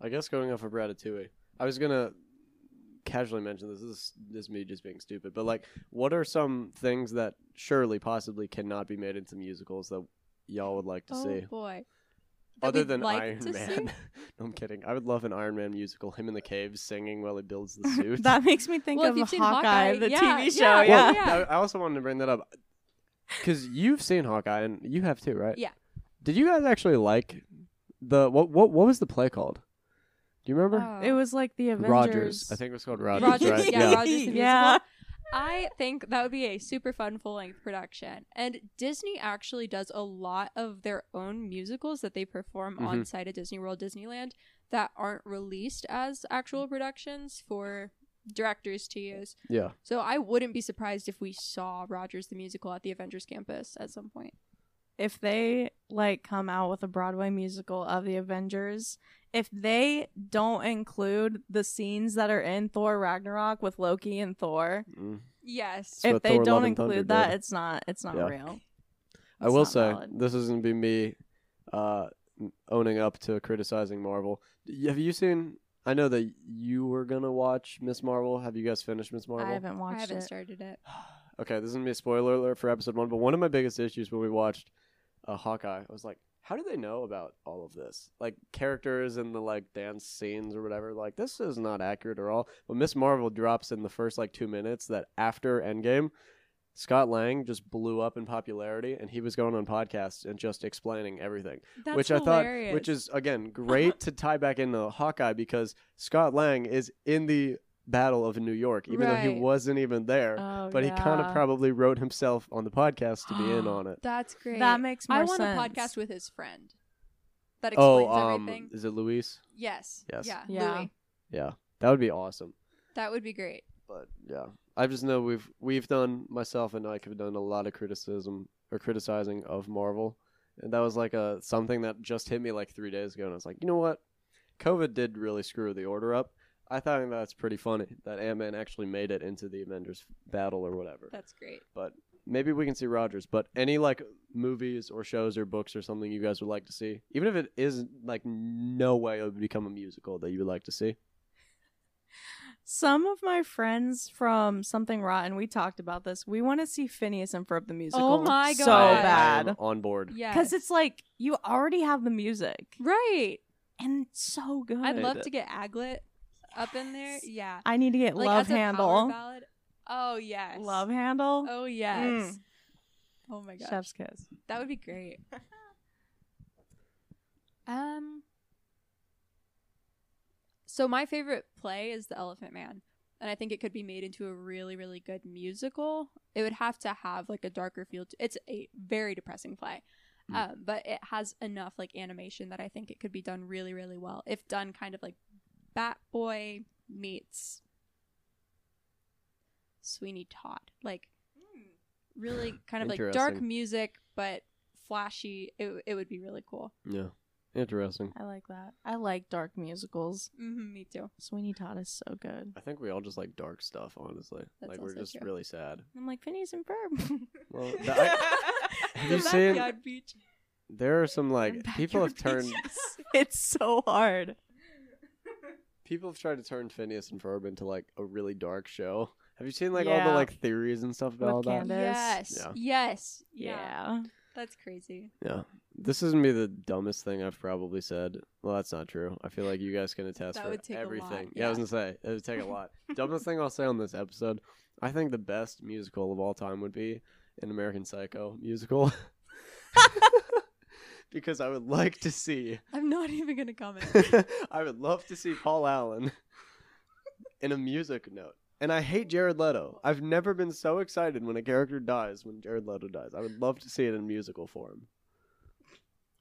Speaker 1: I guess going off of Ratatouille, I was gonna casually mention this. This is this is me just being stupid, but like, what are some things that surely possibly cannot be made into musicals that y'all would like to
Speaker 2: oh
Speaker 1: see?
Speaker 2: boy. That
Speaker 1: Other
Speaker 2: we'd
Speaker 1: than
Speaker 2: like
Speaker 1: Iron
Speaker 2: to see?
Speaker 1: Man. no, I'm kidding. I would love an Iron Man musical, him in the cave singing while he builds the suit.
Speaker 3: that makes me think
Speaker 2: Well, if
Speaker 3: of
Speaker 2: you've seen
Speaker 3: Hawkeye,
Speaker 2: Hawkeye,
Speaker 3: the
Speaker 2: yeah,
Speaker 3: TV show.
Speaker 2: yeah,
Speaker 1: well,
Speaker 2: oh,
Speaker 3: Yeah,
Speaker 2: yeah.
Speaker 1: I, I also wanted to bring that up because you've seen Hawkeye and you have too, right?
Speaker 2: Yeah.
Speaker 1: Did you guys actually like the what? What, what was the play called? Do you remember?
Speaker 2: Oh.
Speaker 3: it was like the Avengers.
Speaker 1: Rogers. I think it was called Rogers.
Speaker 2: Rogers,
Speaker 1: right?
Speaker 2: yeah, Rogers the
Speaker 3: Yeah.
Speaker 2: musical. I think that would be a super fun full length production. And Disney actually does a lot of their own musicals that they perform
Speaker 1: Mm-hmm.
Speaker 2: on site at Disney World Disneyland that aren't released as actual productions for directors to use.
Speaker 1: yeah.
Speaker 2: So I wouldn't be surprised if we saw Rogers the musical at the Avengers campus at some point.
Speaker 3: If they like come out with a Broadway musical of the Avengers, if they don't include the scenes that are in Thor Ragnarok with Loki and Thor,
Speaker 1: Mm.
Speaker 2: Yes.
Speaker 1: It's
Speaker 3: if
Speaker 1: what
Speaker 3: they
Speaker 1: Thor: Love
Speaker 3: don't
Speaker 1: and Thunder
Speaker 3: include that,
Speaker 1: did.
Speaker 3: it's not it's not
Speaker 1: Yeah.
Speaker 3: real.
Speaker 1: I
Speaker 3: It's
Speaker 1: will
Speaker 3: not
Speaker 1: say
Speaker 3: valid.
Speaker 1: this is gonna be me uh, owning up to criticizing Marvel. Y- Have you seen? I know that you were gonna watch Miss Marvel. Have you guys finished Miss Marvel?
Speaker 3: I haven't watched
Speaker 2: I haven't
Speaker 3: it.
Speaker 2: started it.
Speaker 1: okay, this is gonna be a spoiler alert for episode one, but one of my biggest issues when we watched uh, Hawkeye, I was like, how do they know about all of this? Like characters and the like dance scenes or whatever. Like this is not accurate at all. But Miss Marvel drops in the first like two minutes that after Endgame, Scott Lang just blew up in popularity, and he was going on podcasts and just explaining everything,
Speaker 2: That's
Speaker 1: which I
Speaker 2: hilarious.
Speaker 1: thought, which is again great to tie back into Hawkeye because Scott Lang is in the Battle of New York, even though
Speaker 2: Right.
Speaker 1: he wasn't even there,
Speaker 3: Oh,
Speaker 1: but he kind of
Speaker 3: yeah.
Speaker 1: probably wrote himself on the podcast to be in on it.
Speaker 2: That's great.
Speaker 3: that makes more
Speaker 2: I want
Speaker 3: sense.
Speaker 2: a podcast with his friend that explains
Speaker 1: Oh, um,
Speaker 2: everything.
Speaker 1: is it Luis?
Speaker 2: Yes.
Speaker 1: Yes.
Speaker 2: Yeah.
Speaker 3: Yeah.
Speaker 2: Louis.
Speaker 1: Yeah, that would be awesome.
Speaker 2: That would be great.
Speaker 1: but yeah, I just know we've we've done myself and Ike have done a lot of criticism or criticizing of Marvel, and that was like a something that just hit me like three days ago, and I was like, you know what, COVID did really screw the order up. I thought that's pretty funny that Ant Man actually made it into the Avengers battle or whatever.
Speaker 2: That's great.
Speaker 1: Maybe we can see Rogers, but any like movies or shows or books or something you guys would like to see, even if it is like no way it would become a musical that you would like to see.
Speaker 3: Some of my friends from Something Rotten, we talked about this. We want to see Phineas and Ferb the musical.
Speaker 2: Oh my
Speaker 3: so
Speaker 1: I- I
Speaker 2: God.
Speaker 1: am
Speaker 3: bad
Speaker 1: on board.
Speaker 2: Yeah.
Speaker 3: because it's like you already have the music
Speaker 2: right.
Speaker 3: and it's so good.
Speaker 2: I'd love
Speaker 1: Right.
Speaker 2: to get Aglet up in there.
Speaker 3: Yes.
Speaker 2: Yeah.
Speaker 3: I need to get
Speaker 2: Like,
Speaker 3: Love
Speaker 2: as a power
Speaker 3: Handle.
Speaker 2: ballad. Oh yes.
Speaker 3: Love Handle.
Speaker 2: Oh yes.
Speaker 3: Mm.
Speaker 2: Oh my gosh.
Speaker 3: Chef's kiss.
Speaker 2: That would be great. um So my favorite play is The Elephant Man, and I think it could be made into a really really good musical. It would have to have like a darker feel. To, it's a very depressing play.
Speaker 1: Mm.
Speaker 2: Um, but it has enough like animation that I think it could be done really really well if done kind of like Bat Boy meets Sweeney Todd. Like
Speaker 3: Mm.
Speaker 2: really kind of like dark
Speaker 1: Interesting.
Speaker 2: music but flashy it, it would be really cool
Speaker 1: Yeah. Interesting.
Speaker 3: I like that. I like dark musicals.
Speaker 2: hmm me too
Speaker 3: Sweeney Todd is so good.
Speaker 1: I think we all just like dark stuff, honestly.
Speaker 2: That's
Speaker 1: like we're
Speaker 2: also
Speaker 1: just
Speaker 2: true.
Speaker 1: really sad.
Speaker 3: I'm like Phineas and Ferb.
Speaker 1: Well, the- I- have you seen-
Speaker 2: Backyard beach.
Speaker 1: there are some like
Speaker 3: Backyard
Speaker 1: people have turned
Speaker 3: Beaches. it's so hard.
Speaker 1: people have tried to turn Phineas and Ferb into like a really dark show. Have you seen like all
Speaker 3: Yeah.
Speaker 1: the like theories and stuff about
Speaker 3: With
Speaker 1: all that?
Speaker 3: Candace.
Speaker 2: yes
Speaker 1: Yeah.
Speaker 2: yes
Speaker 3: Yeah.
Speaker 2: that's crazy
Speaker 1: Yeah. This is gonna be the dumbest thing I've probably said. Well, that's not true. I feel like you guys can attest
Speaker 2: That
Speaker 1: for
Speaker 2: would take a lot,
Speaker 1: everything. yeah. I was gonna
Speaker 2: yeah.
Speaker 1: say it would take a lot. dumbest thing I'll say on this episode. I think the best musical of all time would be an American Psycho musical. because I would like to see
Speaker 2: i'm not even gonna comment
Speaker 1: I would love to see Paul Allen in a music note. And I hate Jared Leto. I've never been so excited when a character dies when Jared Leto dies. I would love to see it in musical form.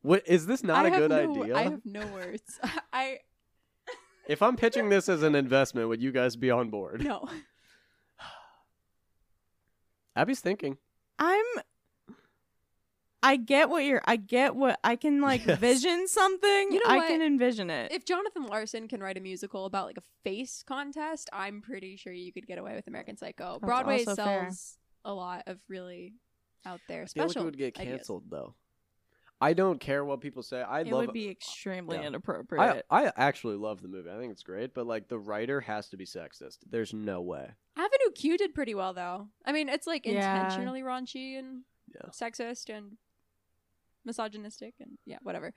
Speaker 1: What is this not
Speaker 2: I
Speaker 1: a
Speaker 2: have
Speaker 1: good
Speaker 2: no,
Speaker 1: idea?
Speaker 2: i have no words i
Speaker 1: If I'm pitching this as an investment, would you guys be on board?
Speaker 2: no
Speaker 1: Abby's thinking.
Speaker 3: I'm I get what you're I get what I can like
Speaker 1: Yes.
Speaker 3: vision something.
Speaker 2: You know
Speaker 3: I
Speaker 2: what?
Speaker 3: can envision it.
Speaker 2: if jonathan larson can write a musical about like a face contest i'm pretty sure you could get away with american psycho
Speaker 3: That's
Speaker 2: broadway
Speaker 3: also
Speaker 2: sells
Speaker 3: fair.
Speaker 2: a lot of really out there
Speaker 1: I feel
Speaker 2: special
Speaker 1: like it would get
Speaker 2: ideas.
Speaker 1: canceled though. I don't care what people say. I
Speaker 3: it
Speaker 1: love
Speaker 3: would be extremely
Speaker 1: yeah. I,
Speaker 3: inappropriate.
Speaker 1: I actually love the movie. I think it's great, but like the writer has to be sexist. There's no way.
Speaker 2: Avenue Q did pretty well though. I mean, it's like
Speaker 3: Yeah.
Speaker 2: intentionally raunchy and
Speaker 1: Yeah.
Speaker 2: sexist and misogynistic and yeah, whatever.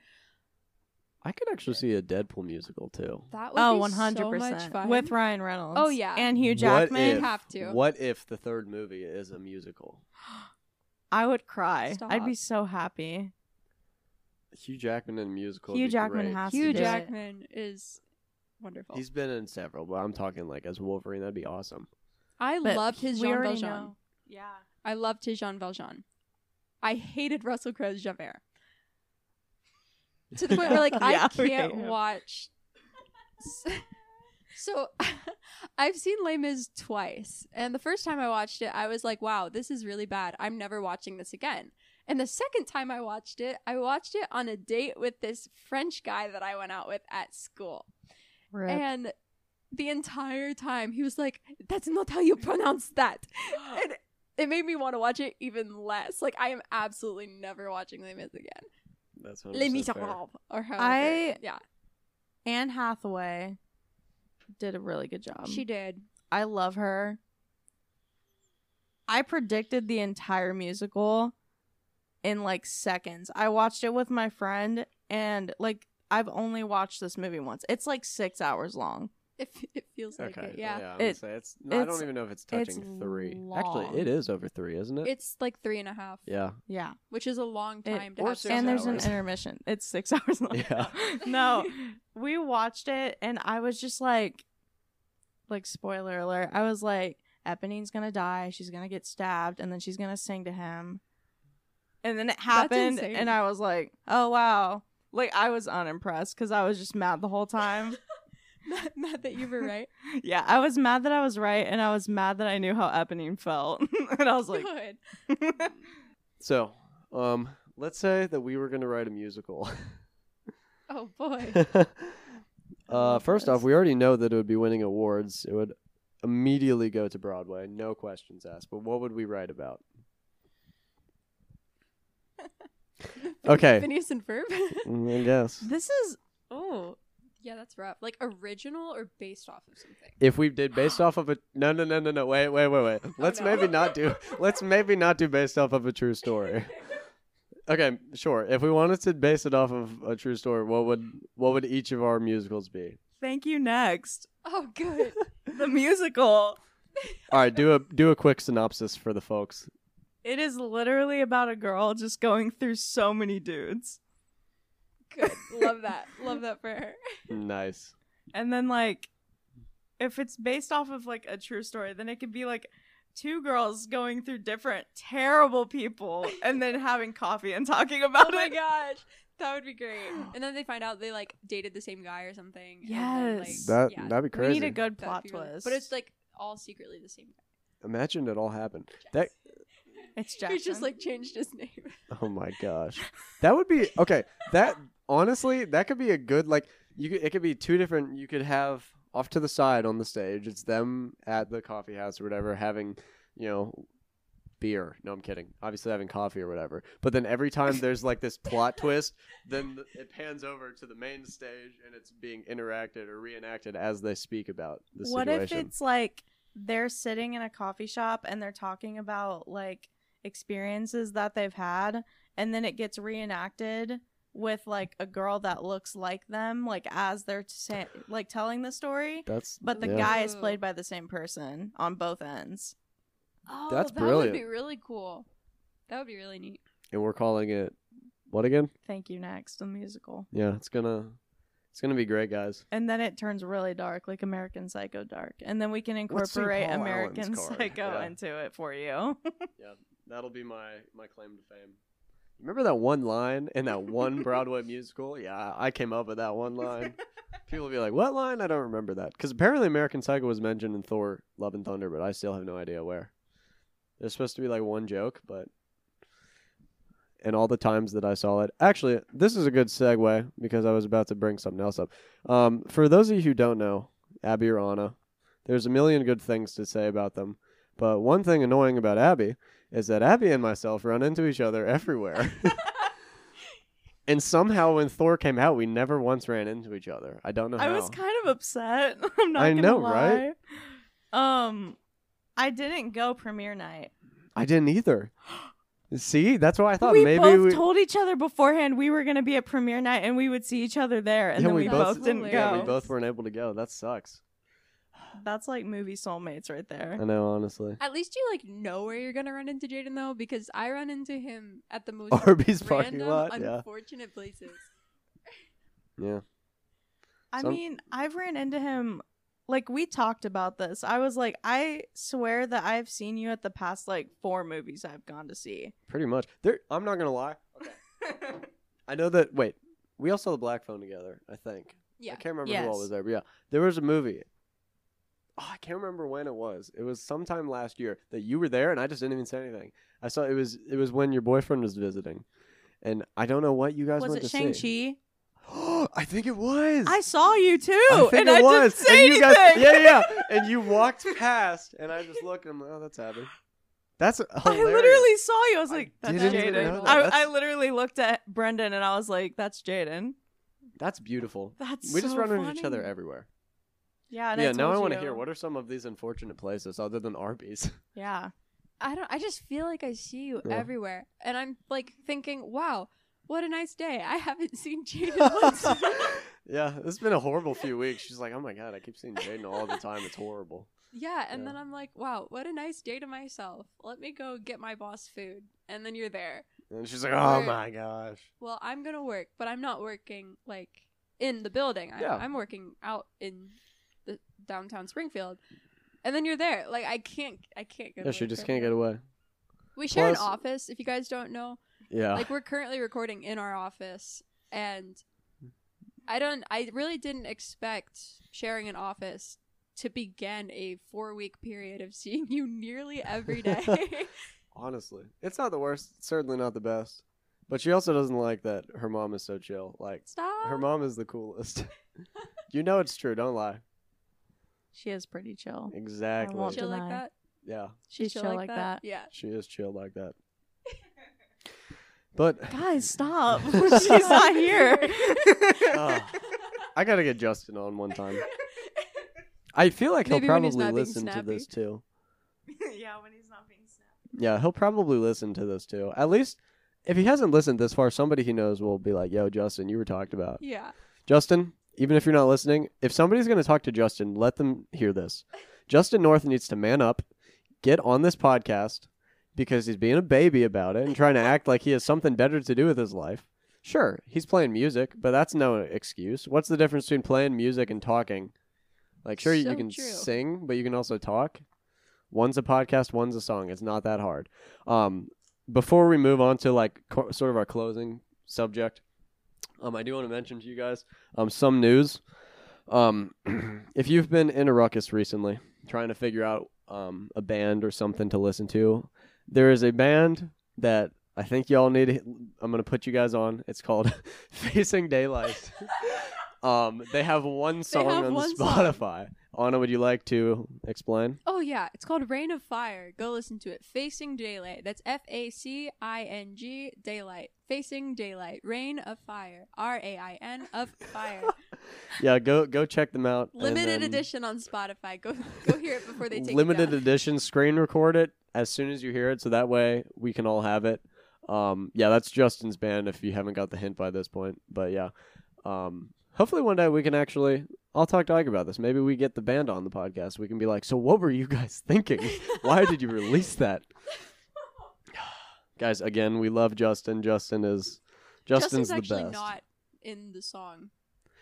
Speaker 1: I could actually see a Deadpool musical too.
Speaker 2: That would
Speaker 3: Oh,
Speaker 2: be
Speaker 3: one hundred
Speaker 2: 100% so much
Speaker 3: percent
Speaker 2: fun.
Speaker 3: with Ryan Reynolds.
Speaker 2: Oh, yeah.
Speaker 3: and Hugh
Speaker 1: What
Speaker 3: Jackman.
Speaker 1: if,
Speaker 2: Have to.
Speaker 1: What if the third movie is a musical?
Speaker 3: I would cry. I'd
Speaker 2: Stop.
Speaker 3: be so happy.
Speaker 1: Hugh Jackman in a musical. would
Speaker 3: Hugh
Speaker 1: be
Speaker 3: Jackman
Speaker 1: great.
Speaker 3: has to
Speaker 2: Hugh
Speaker 3: do it.
Speaker 2: Jackman is wonderful.
Speaker 1: He's been in several, but I'm talking like as Wolverine. That'd be awesome.
Speaker 2: I
Speaker 3: But
Speaker 2: loved his
Speaker 3: we
Speaker 2: Jean
Speaker 3: already
Speaker 2: Valjean.
Speaker 3: know. Yeah.
Speaker 2: I loved his Jean Valjean. I hated Russell Crowe's Javert. To the point where like
Speaker 3: Yeah,
Speaker 2: I
Speaker 3: we
Speaker 2: can't
Speaker 3: hate him.
Speaker 2: watch So I've seen Les Mis twice, and the first time I watched it, I was like, "Wow, this is really bad. I'm never watching this again." And the second time I watched it, I watched it on a date with this French guy that I went out with at school. And the entire time he was like, That's not how you pronounce that. And it made me want to watch it even less. Like I am absolutely never watching Les Mis again.
Speaker 1: That's
Speaker 2: Les Mis
Speaker 1: fair.
Speaker 2: or however.
Speaker 3: I-
Speaker 2: yeah,
Speaker 3: Anne Hathaway did a really good job.
Speaker 2: she did.
Speaker 3: I love her. I predicted the entire musical in like seconds. I watched it with my friend and like I've only watched this movie once. It's like 6 hours long.
Speaker 2: It, f- it feels like
Speaker 1: okay.
Speaker 2: it. Yeah.
Speaker 1: I'm gonna
Speaker 3: It-
Speaker 1: say it's, I
Speaker 3: it's-
Speaker 1: don't even know if it's
Speaker 3: it's
Speaker 1: touching three.
Speaker 3: long.
Speaker 1: Actually, it is over three, isn't it?
Speaker 2: It's like three and a half.
Speaker 1: yeah.
Speaker 3: Yeah.
Speaker 2: Which is a long
Speaker 3: It-
Speaker 2: time to
Speaker 1: or
Speaker 2: have.
Speaker 1: six
Speaker 2: sex.
Speaker 3: and there's
Speaker 1: hours.
Speaker 3: an intermission. It's six hours long.
Speaker 1: Yeah.
Speaker 3: no, we watched it and I was just like, like spoiler alert. I was like, Eponine's gonna die. She's gonna get stabbed, and then she's gonna sing to him. And then it happened,
Speaker 2: insane.
Speaker 3: and I was like, oh wow. Like I was unimpressed because I was just mad the whole time.
Speaker 2: not, not that you were right.
Speaker 3: yeah, I was mad that I was right, and I was mad that I knew how Eponine felt. and I was like,
Speaker 2: Good.
Speaker 1: So, um, let's say that we were going to write a musical.
Speaker 2: Oh boy.
Speaker 1: uh,
Speaker 3: love
Speaker 1: first
Speaker 3: this.
Speaker 1: off, we already know that it would be winning awards. It would immediately go to Broadway, no questions asked. But what would we write about? Okay.
Speaker 2: Phineas and Ferb.
Speaker 1: Mm, I guess
Speaker 3: this is oh
Speaker 2: yeah, that's rough. Like original or based off of something.
Speaker 1: if we did based off of a no no no no no wait wait wait wait let's
Speaker 2: no.
Speaker 1: maybe not do let's maybe not do based off of a true story. Okay, sure. If we wanted to base it off of a true story, what would what would each of our musicals be?
Speaker 3: thank you next
Speaker 2: Oh good.
Speaker 3: the musical.
Speaker 1: All right, do a do a quick synopsis for the folks.
Speaker 3: It is literally about a girl just going through so many dudes.
Speaker 2: Good. Love that. Love that for her.
Speaker 1: Nice.
Speaker 3: And then like if it's based off of like a true story, then it could be like two girls going through different terrible people and then having coffee and talking
Speaker 2: Oh
Speaker 3: about
Speaker 2: my
Speaker 3: it.
Speaker 2: gosh. That would be great. And then they find out they like dated the same guy or something. And then, like,
Speaker 3: Yes.
Speaker 1: That
Speaker 2: yeah,
Speaker 1: that'd be
Speaker 3: We
Speaker 1: crazy.
Speaker 3: need a good
Speaker 2: that'd
Speaker 3: plot
Speaker 2: be really-
Speaker 3: twist.
Speaker 2: But it's like all secretly the same guy.
Speaker 1: Imagine it all happened. That
Speaker 3: it's
Speaker 2: He just
Speaker 3: Jackson.
Speaker 2: like changed his name.
Speaker 1: oh my gosh, that would be okay. That honestly, that could be a good like you. Could, it could be two different. You could have off to the side on the stage. It's them at the coffee house or whatever having, you know. Beer. No, I'm kidding. Obviously, having coffee or whatever. But then every time there's like this plot twist, then th- it pans over to the main stage and it's being interacted or reenacted as they speak about the
Speaker 3: what if
Speaker 1: situation.
Speaker 3: it's like they're sitting in a coffee shop and they're talking about like experiences that they've had and then it gets reenacted with like a girl that looks like them like as they're sa- like telling the story
Speaker 1: That's
Speaker 3: but the
Speaker 1: yeah.
Speaker 3: guy is
Speaker 2: Ooh.
Speaker 3: played by the same person on both ends
Speaker 2: Oh,
Speaker 1: That's
Speaker 2: that
Speaker 1: brilliant.
Speaker 2: would be really cool. That would be really neat.
Speaker 1: and we're calling it what again?
Speaker 3: thank you next the musical
Speaker 1: Yeah, it's gonna it's gonna be great, guys.
Speaker 3: and then it turns really dark like american psycho dark and then we can
Speaker 1: Let's do
Speaker 3: incorporate
Speaker 1: Paul Allen's
Speaker 3: american
Speaker 1: card.
Speaker 3: psycho
Speaker 1: Yeah.
Speaker 3: into it for you
Speaker 1: That'll be my my claim to fame. Remember that one line in that one Broadway musical? Yeah, I- I came up with that one line. People be like, "What line?" I don't remember that because apparently American Psycho was mentioned in Thor: Love and Thunder, but I still have no idea where. There's supposed to be like one joke, but and all the times that I saw it, actually, this is a good segue because I was about to bring something else up. Um, for those of you who don't know, Abby or Anna, there's a million good things to say about them, but one thing annoying about Abby is that Abby and myself run into each other everywhere. and somehow when Thor came out, we never once ran into each other. I don't know
Speaker 3: I
Speaker 1: how.
Speaker 3: was kind of upset. I'm not
Speaker 1: I
Speaker 3: gonna
Speaker 1: know,
Speaker 3: lie.
Speaker 1: right?
Speaker 3: right? Um I didn't go premiere night.
Speaker 1: I didn't either. See, that's why I thought
Speaker 3: we
Speaker 1: maybe
Speaker 3: both
Speaker 1: we
Speaker 3: told each other beforehand we were gonna be at premiere night and we would see each other there and
Speaker 1: Yeah,
Speaker 3: then
Speaker 1: we
Speaker 3: we,
Speaker 1: both-
Speaker 3: both, didn't
Speaker 2: That's
Speaker 1: yeah,
Speaker 3: go.
Speaker 1: we both weren't able to go. That sucks.
Speaker 3: That's like movie soulmates right there.
Speaker 1: I know, honestly.
Speaker 2: At least you like know where you're gonna run into Jaden though, because I run into him at the most
Speaker 1: Arby's parking
Speaker 2: random,
Speaker 1: lot, yeah.
Speaker 2: unfortunate places.
Speaker 1: Yeah.
Speaker 3: I
Speaker 1: Some-
Speaker 3: mean, I've ran into him like we talked about this. I was like, I swear that I've seen you at the past like four movies I've gone to see.
Speaker 1: Pretty much. There I'm not gonna lie. Okay. I know that wait, we all saw the black phone together, I think.
Speaker 2: Yeah.
Speaker 1: I can't remember who all
Speaker 3: Yes.
Speaker 1: was there, but yeah. There was a movie. Oh, I can't remember when it was. It was sometime last year that you were there and I just didn't even say anything. I saw it was it was when your boyfriend was visiting. And I don't know what you guys
Speaker 3: was
Speaker 1: went
Speaker 3: it
Speaker 1: to
Speaker 3: Shang
Speaker 1: see.
Speaker 3: Chi?
Speaker 1: I think it was.
Speaker 3: I saw you too,
Speaker 1: I think
Speaker 3: and
Speaker 1: it
Speaker 3: I
Speaker 1: was.
Speaker 3: didn't say
Speaker 1: and you guys,
Speaker 3: anything.
Speaker 1: yeah, yeah. yeah. And you walked past, and I just looked, and I'm like, oh, that's Abby. That's hilarious.
Speaker 3: I literally saw you. I was
Speaker 1: I
Speaker 3: like, that's
Speaker 1: didn't
Speaker 2: even know
Speaker 3: Jaden.
Speaker 2: that.
Speaker 3: I, I
Speaker 1: That's-
Speaker 3: literally looked at Brendan and I was like, that's Jaden.
Speaker 1: That's beautiful.
Speaker 3: That's
Speaker 1: We just
Speaker 3: so
Speaker 1: run into each
Speaker 3: funny.
Speaker 1: other everywhere.
Speaker 3: Yeah. And
Speaker 1: yeah.
Speaker 3: I
Speaker 1: Now I
Speaker 3: want
Speaker 1: want to hear what are some of these unfortunate places other than Arby's.
Speaker 3: Yeah.
Speaker 2: I don't I just feel like I see you
Speaker 1: Yeah.
Speaker 2: everywhere. And I'm like thinking, wow, what a nice day. I haven't seen Jaden once.
Speaker 1: Yeah, it's been a horrible few weeks. She's like, oh my god, I keep seeing Jaden all the time. It's horrible.
Speaker 2: Yeah, and
Speaker 1: Yeah.
Speaker 2: then I'm like, wow, what a nice day to myself. Let me go get my boss food. And then you're there.
Speaker 1: And she's like, oh
Speaker 2: Or-
Speaker 1: my gosh.
Speaker 2: Well, I'm going to work, but I'm not working like in the building. I'm,
Speaker 1: Yeah.
Speaker 2: I'm working out in the downtown Springfield. And then you're there. Like I can't I can't go.
Speaker 1: Yeah, she just can't get away.
Speaker 2: We share an
Speaker 1: Plus-
Speaker 2: office if you guys don't know.
Speaker 1: Yeah.
Speaker 2: like we're currently recording in our office and i don't i really didn't expect sharing an office to begin a four week period of seeing you nearly every day
Speaker 1: Honestly, it's not the worst. It's certainly not the best. But she also doesn't like that her mom is so chill. Like
Speaker 2: stop
Speaker 1: her mom is the coolest. you know it's true. Don't lie.
Speaker 3: She is pretty chill.
Speaker 1: Exactly.
Speaker 3: won't
Speaker 2: chill like
Speaker 3: deny.
Speaker 2: that
Speaker 1: Yeah,
Speaker 3: She's chill like that.
Speaker 2: yeah
Speaker 1: she is chill like that. But
Speaker 3: Guys, stop. She's not here.
Speaker 1: Ugh. I gotta get Justin on one time. I feel like
Speaker 2: Maybe
Speaker 1: he'll
Speaker 2: when he's
Speaker 1: probably
Speaker 2: not being
Speaker 1: listen to
Speaker 2: snappy.
Speaker 1: this too.
Speaker 3: yeah, when he's not being snappy.
Speaker 1: Yeah, he'll probably listen to this too. At least if he hasn't listened this far, somebody he knows will be like, "Yo, Justin, you were talked about."
Speaker 2: yeah
Speaker 1: Justin, even if you're not listening, if somebody's going to talk to Justin, let them hear this. Justin North needs to man up, get on this podcast because he's being a baby about it and trying to act like he has something better to do with his life. Sure, he's playing music, but that's no excuse. What's the difference between playing music and talking? Like, sure, you
Speaker 2: So
Speaker 1: can
Speaker 2: true.
Speaker 1: sing, but you can also talk. One's a podcast, one's a song. It's not that hard. Um, before we move on to like co- sort of our closing subject, um, I do want to mention to you guys um, some news. Um, if you've been in a ruckus recently, trying to figure out um, a band or something to listen to, there is a band that I think y'all need. to- I'm gonna put you guys on. It's called Facing Daylight. um, they have one song
Speaker 2: have
Speaker 1: on
Speaker 2: one song.
Speaker 1: Spotify. Anna, would you like to explain?
Speaker 2: oh yeah it's called rain of fire go listen to it facing daylight that's f-a-c-i-n-g daylight facing daylight rain of fire r-a-i-n of fire
Speaker 1: Yeah, go go check them out. and
Speaker 2: Limited
Speaker 1: then
Speaker 2: edition on Spotify. Go go hear it before they take
Speaker 1: limited
Speaker 2: it down.
Speaker 1: edition. Screen record it as soon as you hear it, so that way we can all have it. Um, yeah, that's Justin's band. If you haven't got the hint by this point, but yeah, um, hopefully one day we can actually. I'll talk to Ike about this. Maybe we get the band on the podcast. We can be like, so what were you guys thinking? Why did you release that? guys, again, we love Justin. Justin is Justin's,
Speaker 2: Justin's,
Speaker 1: the
Speaker 2: actually
Speaker 1: best.
Speaker 2: not in the song.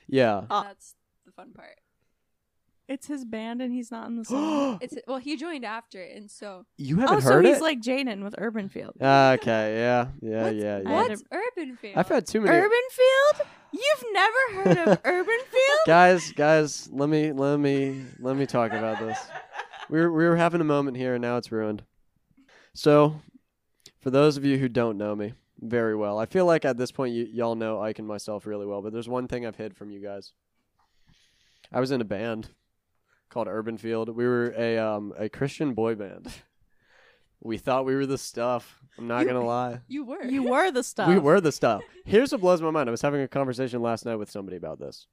Speaker 1: yeah.
Speaker 3: Ah.
Speaker 2: That's the fun part.
Speaker 3: It's his band and he's not in the song.
Speaker 2: It's well, he joined after, it, and so
Speaker 1: you haven't
Speaker 3: oh, so
Speaker 1: heard
Speaker 3: he's
Speaker 1: it? Ah,
Speaker 3: like Jaden with Urban Field.
Speaker 1: okay, yeah, yeah,
Speaker 2: What's- Er,
Speaker 1: yeah, yeah.
Speaker 2: what's urban feel?
Speaker 1: I've had too many.
Speaker 3: Urban Field? You've never heard of Urban Field?
Speaker 1: guys, guys, let me let me let me talk about this. We were, we were having a moment here, and now it's ruined. So, for those of you who don't know me very well, I feel like at this point you, y'all know Ike and myself really well. But there's one thing I've hid from you guys. I was in a band called Urban Field. We were a um a Christian boy band. We thought we were the stuff. I'm not
Speaker 2: You-
Speaker 1: gonna lie.
Speaker 2: You were.
Speaker 3: You were the stuff.
Speaker 1: We were the stuff. Here's what blows my mind. I was having a conversation last night with somebody about this.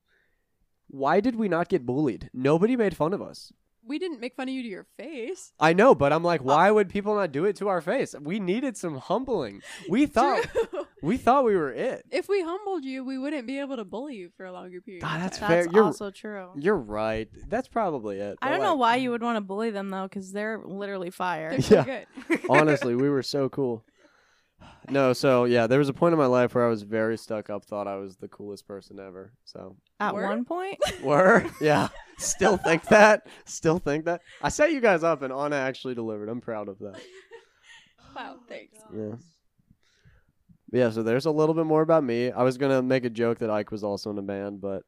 Speaker 1: Why did we not get bullied? Nobody made fun of us.
Speaker 2: We didn't make fun of you to your face.
Speaker 1: I know, but I'm
Speaker 3: Uh,
Speaker 1: like, why would people not do it to our face? We needed some humbling. We thought
Speaker 2: True.
Speaker 1: we thought we were it.
Speaker 2: if we humbled you, we wouldn't be able to bully you for a longer period.
Speaker 1: God,
Speaker 2: of
Speaker 1: that's
Speaker 2: time.
Speaker 1: fair.
Speaker 3: That's
Speaker 1: You're-
Speaker 3: also true.
Speaker 1: You're right. That's probably it.
Speaker 3: I
Speaker 1: But,
Speaker 3: don't know
Speaker 1: like, mm.
Speaker 3: why you would want to bully them though, because they're literally fire.
Speaker 2: They're so
Speaker 1: Yeah.
Speaker 2: good.
Speaker 1: Honestly, we were so cool. No, so yeah, there was a point in my life where I was very stuck up, thought I was the coolest person ever. So
Speaker 3: At
Speaker 2: Were?
Speaker 3: one point,
Speaker 1: Were? Yeah. Still think that. Still think that. I set you guys up and Anna actually delivered. I'm proud of that.
Speaker 2: Wow, thanks.
Speaker 1: Yeah. But yeah, so there's a little bit more about me. I was gonna make a joke that Ike was also in a band, but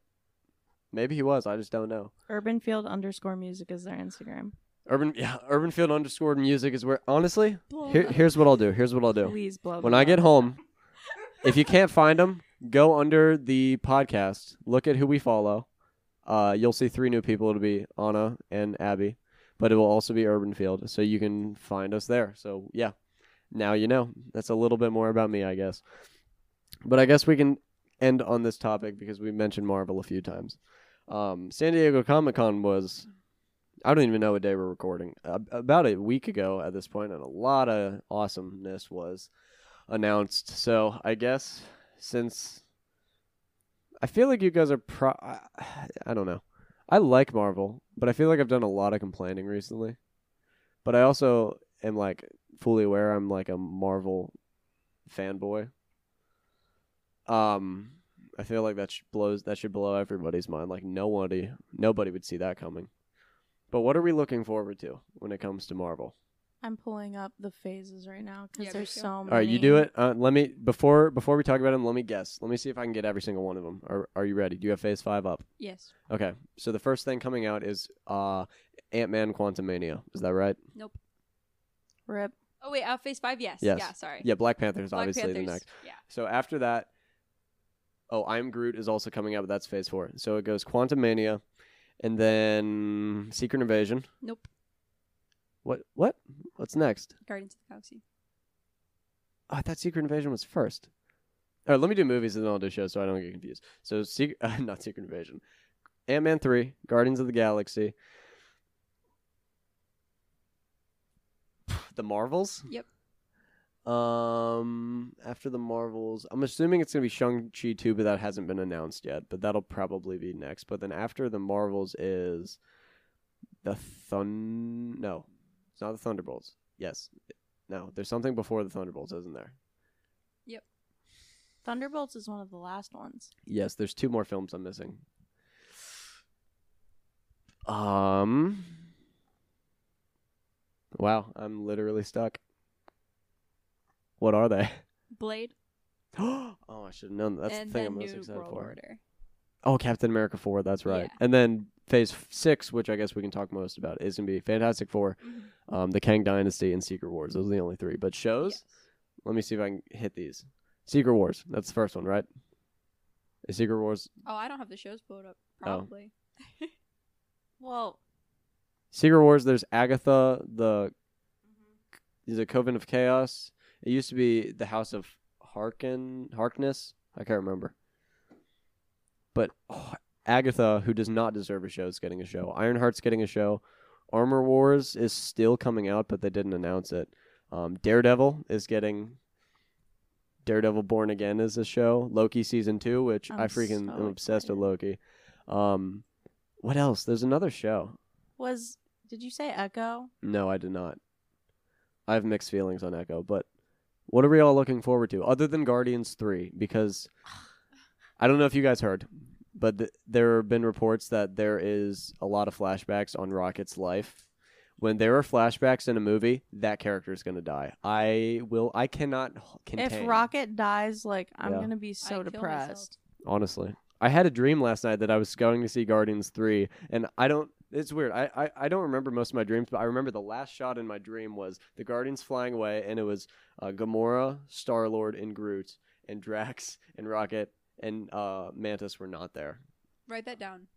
Speaker 1: maybe he was. I just don't know.
Speaker 3: Urban Field underscore music is their Instagram.
Speaker 1: Urban yeah, Urban Field underscore music is where honestly
Speaker 2: Blow
Speaker 1: here,
Speaker 2: up.
Speaker 1: here's what I'll do. Here's what I'll do.
Speaker 3: Please blow.
Speaker 1: When
Speaker 3: them
Speaker 1: I
Speaker 3: up.
Speaker 1: get home, if you can't find them, go under the podcast, look at who we follow. Uh, you'll see three new people. It'll be Anna and Abby, but it will also be Urban Field, so you can find us there. So yeah, now you know. That's a little bit more about me, I guess. But I guess we can end on this topic because we mentioned Marvel a few times. Um, San Diego Comic Con was. I don't even know what day we're recording. A- About a week ago at this point, and a lot of awesomeness was announced. So I guess since I feel like you guys are pro. I, I don't know. I like Marvel, but I feel like I've done a lot of complaining recently. But I also am like fully aware I'm like a Marvel fanboy. Um, I feel like that should blows that should blow everybody's mind. Like nobody, nobody would see that coming. But what are we looking forward to when it comes to Marvel?
Speaker 3: I'm pulling up the phases right now because
Speaker 2: Yeah, me
Speaker 3: there's
Speaker 2: too.
Speaker 3: so many.
Speaker 1: All right, you do it. Uh, let me before before we talk about them. Let me guess. Let me see if I can get every single one of them. Are Are you ready? Do you have Phase Five up?
Speaker 2: Yes.
Speaker 1: Okay. So the first thing coming out is uh, Ant Man Quantumania. Is that right?
Speaker 3: Rip.
Speaker 2: Oh wait, uh, phase five. Yes.
Speaker 1: Yes.
Speaker 2: Yeah. Sorry.
Speaker 1: Yeah. Black Panther's
Speaker 2: Black
Speaker 1: obviously
Speaker 2: Panthers.
Speaker 1: the next.
Speaker 2: Yeah.
Speaker 1: So after that, oh, I'm Groot is also coming out, but that's Phase Four. So it goes Quantumania, and then Secret Invasion.
Speaker 2: Nope.
Speaker 1: What? What? What's next?
Speaker 2: Guardians of the Galaxy.
Speaker 1: Oh, I thought Secret Invasion was first. All right, let me do movies and then I'll do shows so I don't get confused. So, Secret, uh, not Secret Invasion, Ant Man three, Guardians of the Galaxy, the Marvels.
Speaker 2: Yep.
Speaker 1: Um, after the Marvels, I'm assuming it's gonna be Shang Chi two, but that hasn't been announced yet. But that'll probably be next. But then after the Marvels is the Thun. No, it's not the Thunderbolts. Yes. No, there's something before the Thunderbolts, isn't there?
Speaker 3: Thunderbolts is one of the last ones.
Speaker 1: Yes, there's two more films I'm missing. Um. Wow, I'm literally stuck. What are they?
Speaker 2: Blade.
Speaker 1: oh, I should have known. That's
Speaker 2: and
Speaker 1: the thing
Speaker 2: then
Speaker 1: I'm most
Speaker 2: New
Speaker 1: excited
Speaker 2: World
Speaker 1: for.
Speaker 2: Order.
Speaker 1: Oh, Captain America 4, that's right.
Speaker 2: Yeah.
Speaker 1: And then Phase f- 6, which I guess we can talk most about, is going to be Fantastic Four,
Speaker 2: Mhm.
Speaker 1: um, The Kang Dynasty, and Secret Wars. Those are the only three. But shows,
Speaker 2: Yes.
Speaker 1: let me see if I can hit these. Secret Wars, that's the first one, right? Is Secret Wars
Speaker 2: Oh, I don't have the shows pulled up.
Speaker 1: Oh.
Speaker 2: Probably.
Speaker 3: Well,
Speaker 1: Secret Wars, there's Agatha, the
Speaker 3: Mm-hmm.
Speaker 1: is it Coven of Chaos? It used to be the House of Harkin Harkness. I can't remember. But oh, Agatha, who does not deserve a show, is getting a show. Ironheart's getting a show. Armor Wars is still coming out, but they didn't announce it. Um, Daredevil is getting Daredevil Born Again is a show. Loki season two, which i
Speaker 3: I'm
Speaker 1: freaking
Speaker 3: so
Speaker 1: am obsessed
Speaker 3: excited.
Speaker 1: with Loki. Um, what else? There's another show.
Speaker 3: was did you say Echo?
Speaker 1: No, I did not. I have mixed feelings on Echo, but what are we all looking forward to other than Guardians 3? Because I don't know if you guys heard, but th- there have been reports that there is a lot of flashbacks on Rocket's life. When there are flashbacks in a movie, that character is going to die. I will I cannot h- contain.
Speaker 3: If Rocket dies, like I'm
Speaker 1: Yeah.
Speaker 3: gonna be so
Speaker 2: I'd kill
Speaker 3: depressed.
Speaker 1: honestly. I had a dream last night that I was going to see Guardians 3, and I don't. It's weird. I, I, I don't remember most of my dreams, but I remember the last shot in my dream was the Guardians flying away, and it was uh, Gamora, Star Lord, and Groot, and Drax, and Rocket, and uh, Mantis were not there.
Speaker 2: Write that down.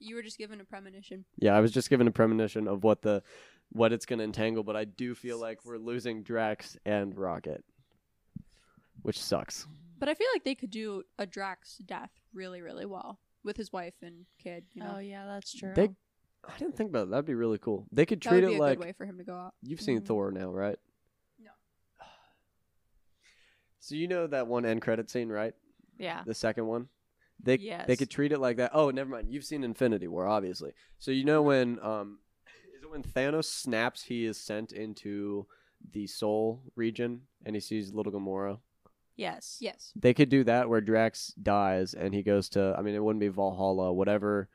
Speaker 2: You were just given a premonition.
Speaker 1: Yeah, I was just given a premonition of what the what it's gonna entangle, but I do feel like we're losing Drax and Rocket, which sucks.
Speaker 2: But I feel like they could do a Drax death really, really well with his wife and kid. You know,
Speaker 3: Oh yeah, that's true.
Speaker 1: They, I didn't think about it. That'd be really cool. They could
Speaker 2: that would
Speaker 1: treat
Speaker 2: be
Speaker 1: it
Speaker 2: a
Speaker 1: like
Speaker 2: good way for him to go out.
Speaker 1: You've seen
Speaker 3: Mhm.
Speaker 1: Thor now, right?
Speaker 2: Mm-hmm. No.
Speaker 1: So you know that one end credit scene, right?
Speaker 3: yeah.
Speaker 1: The second one. They
Speaker 3: Yes.
Speaker 1: they could treat it like that. Oh, never mind. You've seen Infinity War, obviously. So you know when um, is it when Thanos snaps? He is sent into the Soul region, and he sees little Gamora.
Speaker 3: Yes.
Speaker 2: Yes.
Speaker 1: They could do that where Drax dies, and he goes to. I mean, it wouldn't be Valhalla, whatever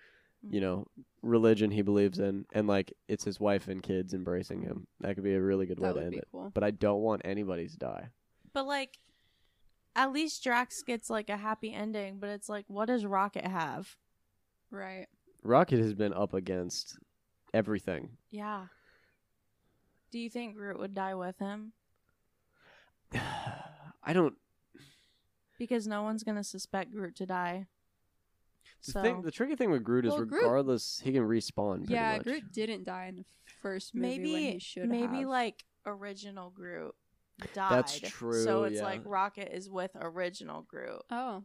Speaker 1: you know
Speaker 2: Mm-hmm.
Speaker 1: religion he believes in, and like it's his wife and kids embracing him. That could be a really good way
Speaker 2: That
Speaker 1: to
Speaker 2: would
Speaker 1: end
Speaker 2: be
Speaker 1: it
Speaker 2: cool.
Speaker 1: but I don't want anybody to die.
Speaker 3: But like at least Drax gets like a happy ending, but it's like what does Rocket have?
Speaker 2: Right.
Speaker 1: Rocket has been up against everything.
Speaker 3: Yeah. Do you think Groot would die with him?
Speaker 1: I don't.
Speaker 3: Because no one's gonna suspect Groot to die.
Speaker 1: The,
Speaker 3: So
Speaker 1: thing, the tricky thing with Groot
Speaker 2: Well,
Speaker 1: is,
Speaker 2: Groot-
Speaker 1: regardless, he can respawn. Pretty
Speaker 2: Yeah,
Speaker 1: much.
Speaker 2: Groot didn't die in the first movie when
Speaker 3: maybe
Speaker 2: he should
Speaker 3: maybe
Speaker 2: have.
Speaker 3: like original Groot died.
Speaker 1: That's true,
Speaker 3: So it's
Speaker 1: yeah.
Speaker 3: like Rocket is with original Groot.
Speaker 2: oh,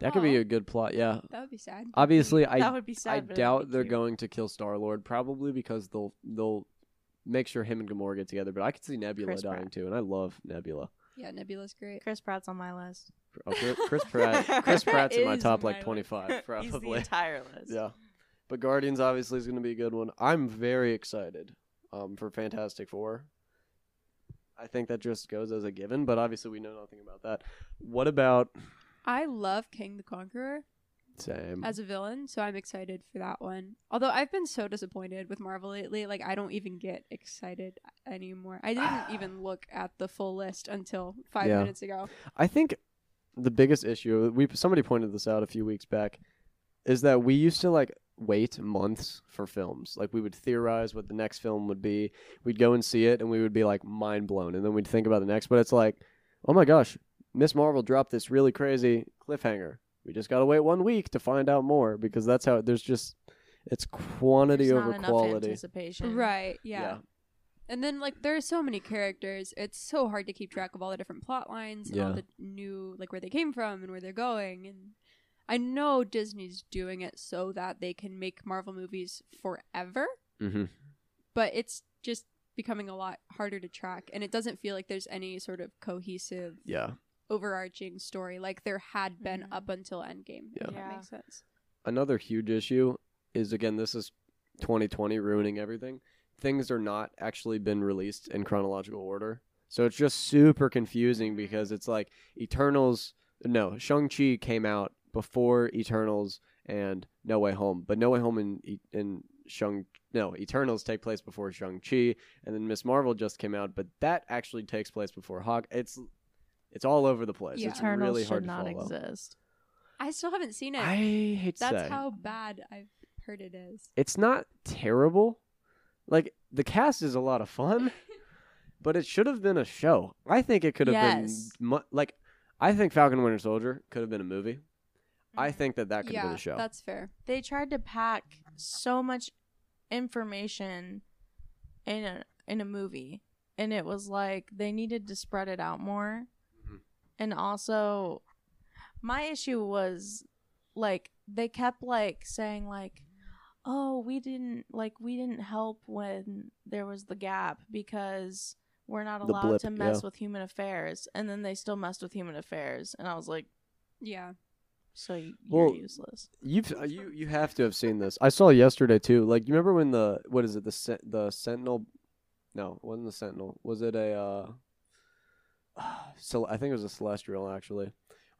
Speaker 1: that could be
Speaker 2: Aw.
Speaker 1: a good plot. Yeah,
Speaker 2: that would be sad.
Speaker 1: obviously,
Speaker 3: that
Speaker 1: I
Speaker 3: would be sad.
Speaker 1: I
Speaker 3: but it'd be
Speaker 1: doubt they're
Speaker 3: cute.
Speaker 1: going to kill Star Lord, probably because they'll they'll make sure him and Gamora get together. But I could see Nebula
Speaker 3: Chris
Speaker 1: dying
Speaker 3: Pratt.
Speaker 1: too, and I love Nebula.
Speaker 2: Yeah, Nebula's great.
Speaker 3: Chris Pratt's on my list.
Speaker 1: Oh, Chris- Chris Pratt. Chris Pratt's in my
Speaker 2: Is
Speaker 1: top
Speaker 2: my
Speaker 1: like
Speaker 2: list.
Speaker 1: 25
Speaker 3: He's the
Speaker 1: probably.
Speaker 3: entire list.
Speaker 1: Yeah. But Guardians obviously is going to be a good one. I'm very excited um, for Fantastic Four. I think that just goes as a given, but obviously we know nothing about that. What about
Speaker 2: I love King the Conqueror
Speaker 1: same?
Speaker 2: as a villain, so I'm excited for that one. Although I've been so disappointed with Marvel lately, like I don't even get excited anymore. I didn't even look at the full list until five
Speaker 1: Yeah.
Speaker 2: minutes ago.
Speaker 1: I think the biggest issue we somebody pointed this out a few weeks back is that we used to like wait months for films. Like we would theorize what the next film would be. We'd go and see it and we would be like mind blown and then we'd think about the next, but it's like, "Oh my gosh, Miss Marvel dropped this really crazy cliffhanger. We just got to wait 1 week to find out more because that's how there's just it's quantity
Speaker 3: There's
Speaker 1: over
Speaker 3: not Enough
Speaker 1: quality."
Speaker 3: anticipation.
Speaker 2: Right, yeah.
Speaker 1: Yeah.
Speaker 2: And then like there are so many characters, it's so hard to keep track of all the different plot lines and all
Speaker 1: Yeah.
Speaker 2: the new like where they came from and where they're going and I know Disney's doing it so that they can make Marvel movies forever,
Speaker 1: Mhm.
Speaker 2: but it's just becoming a lot harder to track and it doesn't feel like there's any sort of cohesive
Speaker 1: Yeah.
Speaker 2: overarching story like there had been
Speaker 3: Mhm.
Speaker 2: up until Endgame. if
Speaker 1: Yeah.
Speaker 2: That
Speaker 3: Yeah.
Speaker 2: makes sense.
Speaker 1: another huge issue is again this is 2020 ruining everything things are not actually been released in chronological order so it's just super confusing because it's like eternals no shang-chi came out before eternals and no way home but no way home and E- and shang no eternals take place before shang-chi and then miss marvel just came out but that actually takes place before hawk it's it's all over the place
Speaker 2: Yeah.
Speaker 1: it's
Speaker 3: Eternals
Speaker 1: really
Speaker 3: should
Speaker 1: hard
Speaker 3: not
Speaker 1: to follow
Speaker 3: exist.
Speaker 2: I still haven't seen it.
Speaker 1: i hate to
Speaker 2: That's
Speaker 1: say
Speaker 2: how bad I've heard it is.
Speaker 1: it's not terrible. Like the cast is a lot of fun, but it should have been a show. I think it could have
Speaker 3: Yes.
Speaker 1: been mu- like I think Falcon Winter Soldier could have been a movie. I think that that could have
Speaker 2: Mm-hmm. yeah,
Speaker 1: been a show.
Speaker 2: that's fair.
Speaker 3: they tried to pack so much information in a in a movie and it was like they needed to spread it out more
Speaker 1: Mhm.
Speaker 3: and also my issue was like they kept like saying like oh we didn't like we didn't help when there was the gap because we're not
Speaker 1: The
Speaker 3: allowed
Speaker 1: blip,
Speaker 3: to mess
Speaker 1: yeah.
Speaker 3: with human affairs and then they still messed with human affairs and i was like
Speaker 2: Yeah.
Speaker 3: so y- you're
Speaker 1: Well,
Speaker 3: useless
Speaker 1: You've uh, you you have to have seen this. I saw yesterday too. Like you remember when the what is it the Sen- the Sentinel? No, it wasn't the Sentinel. Was it a? Uh, so I think it was a Celestial actually.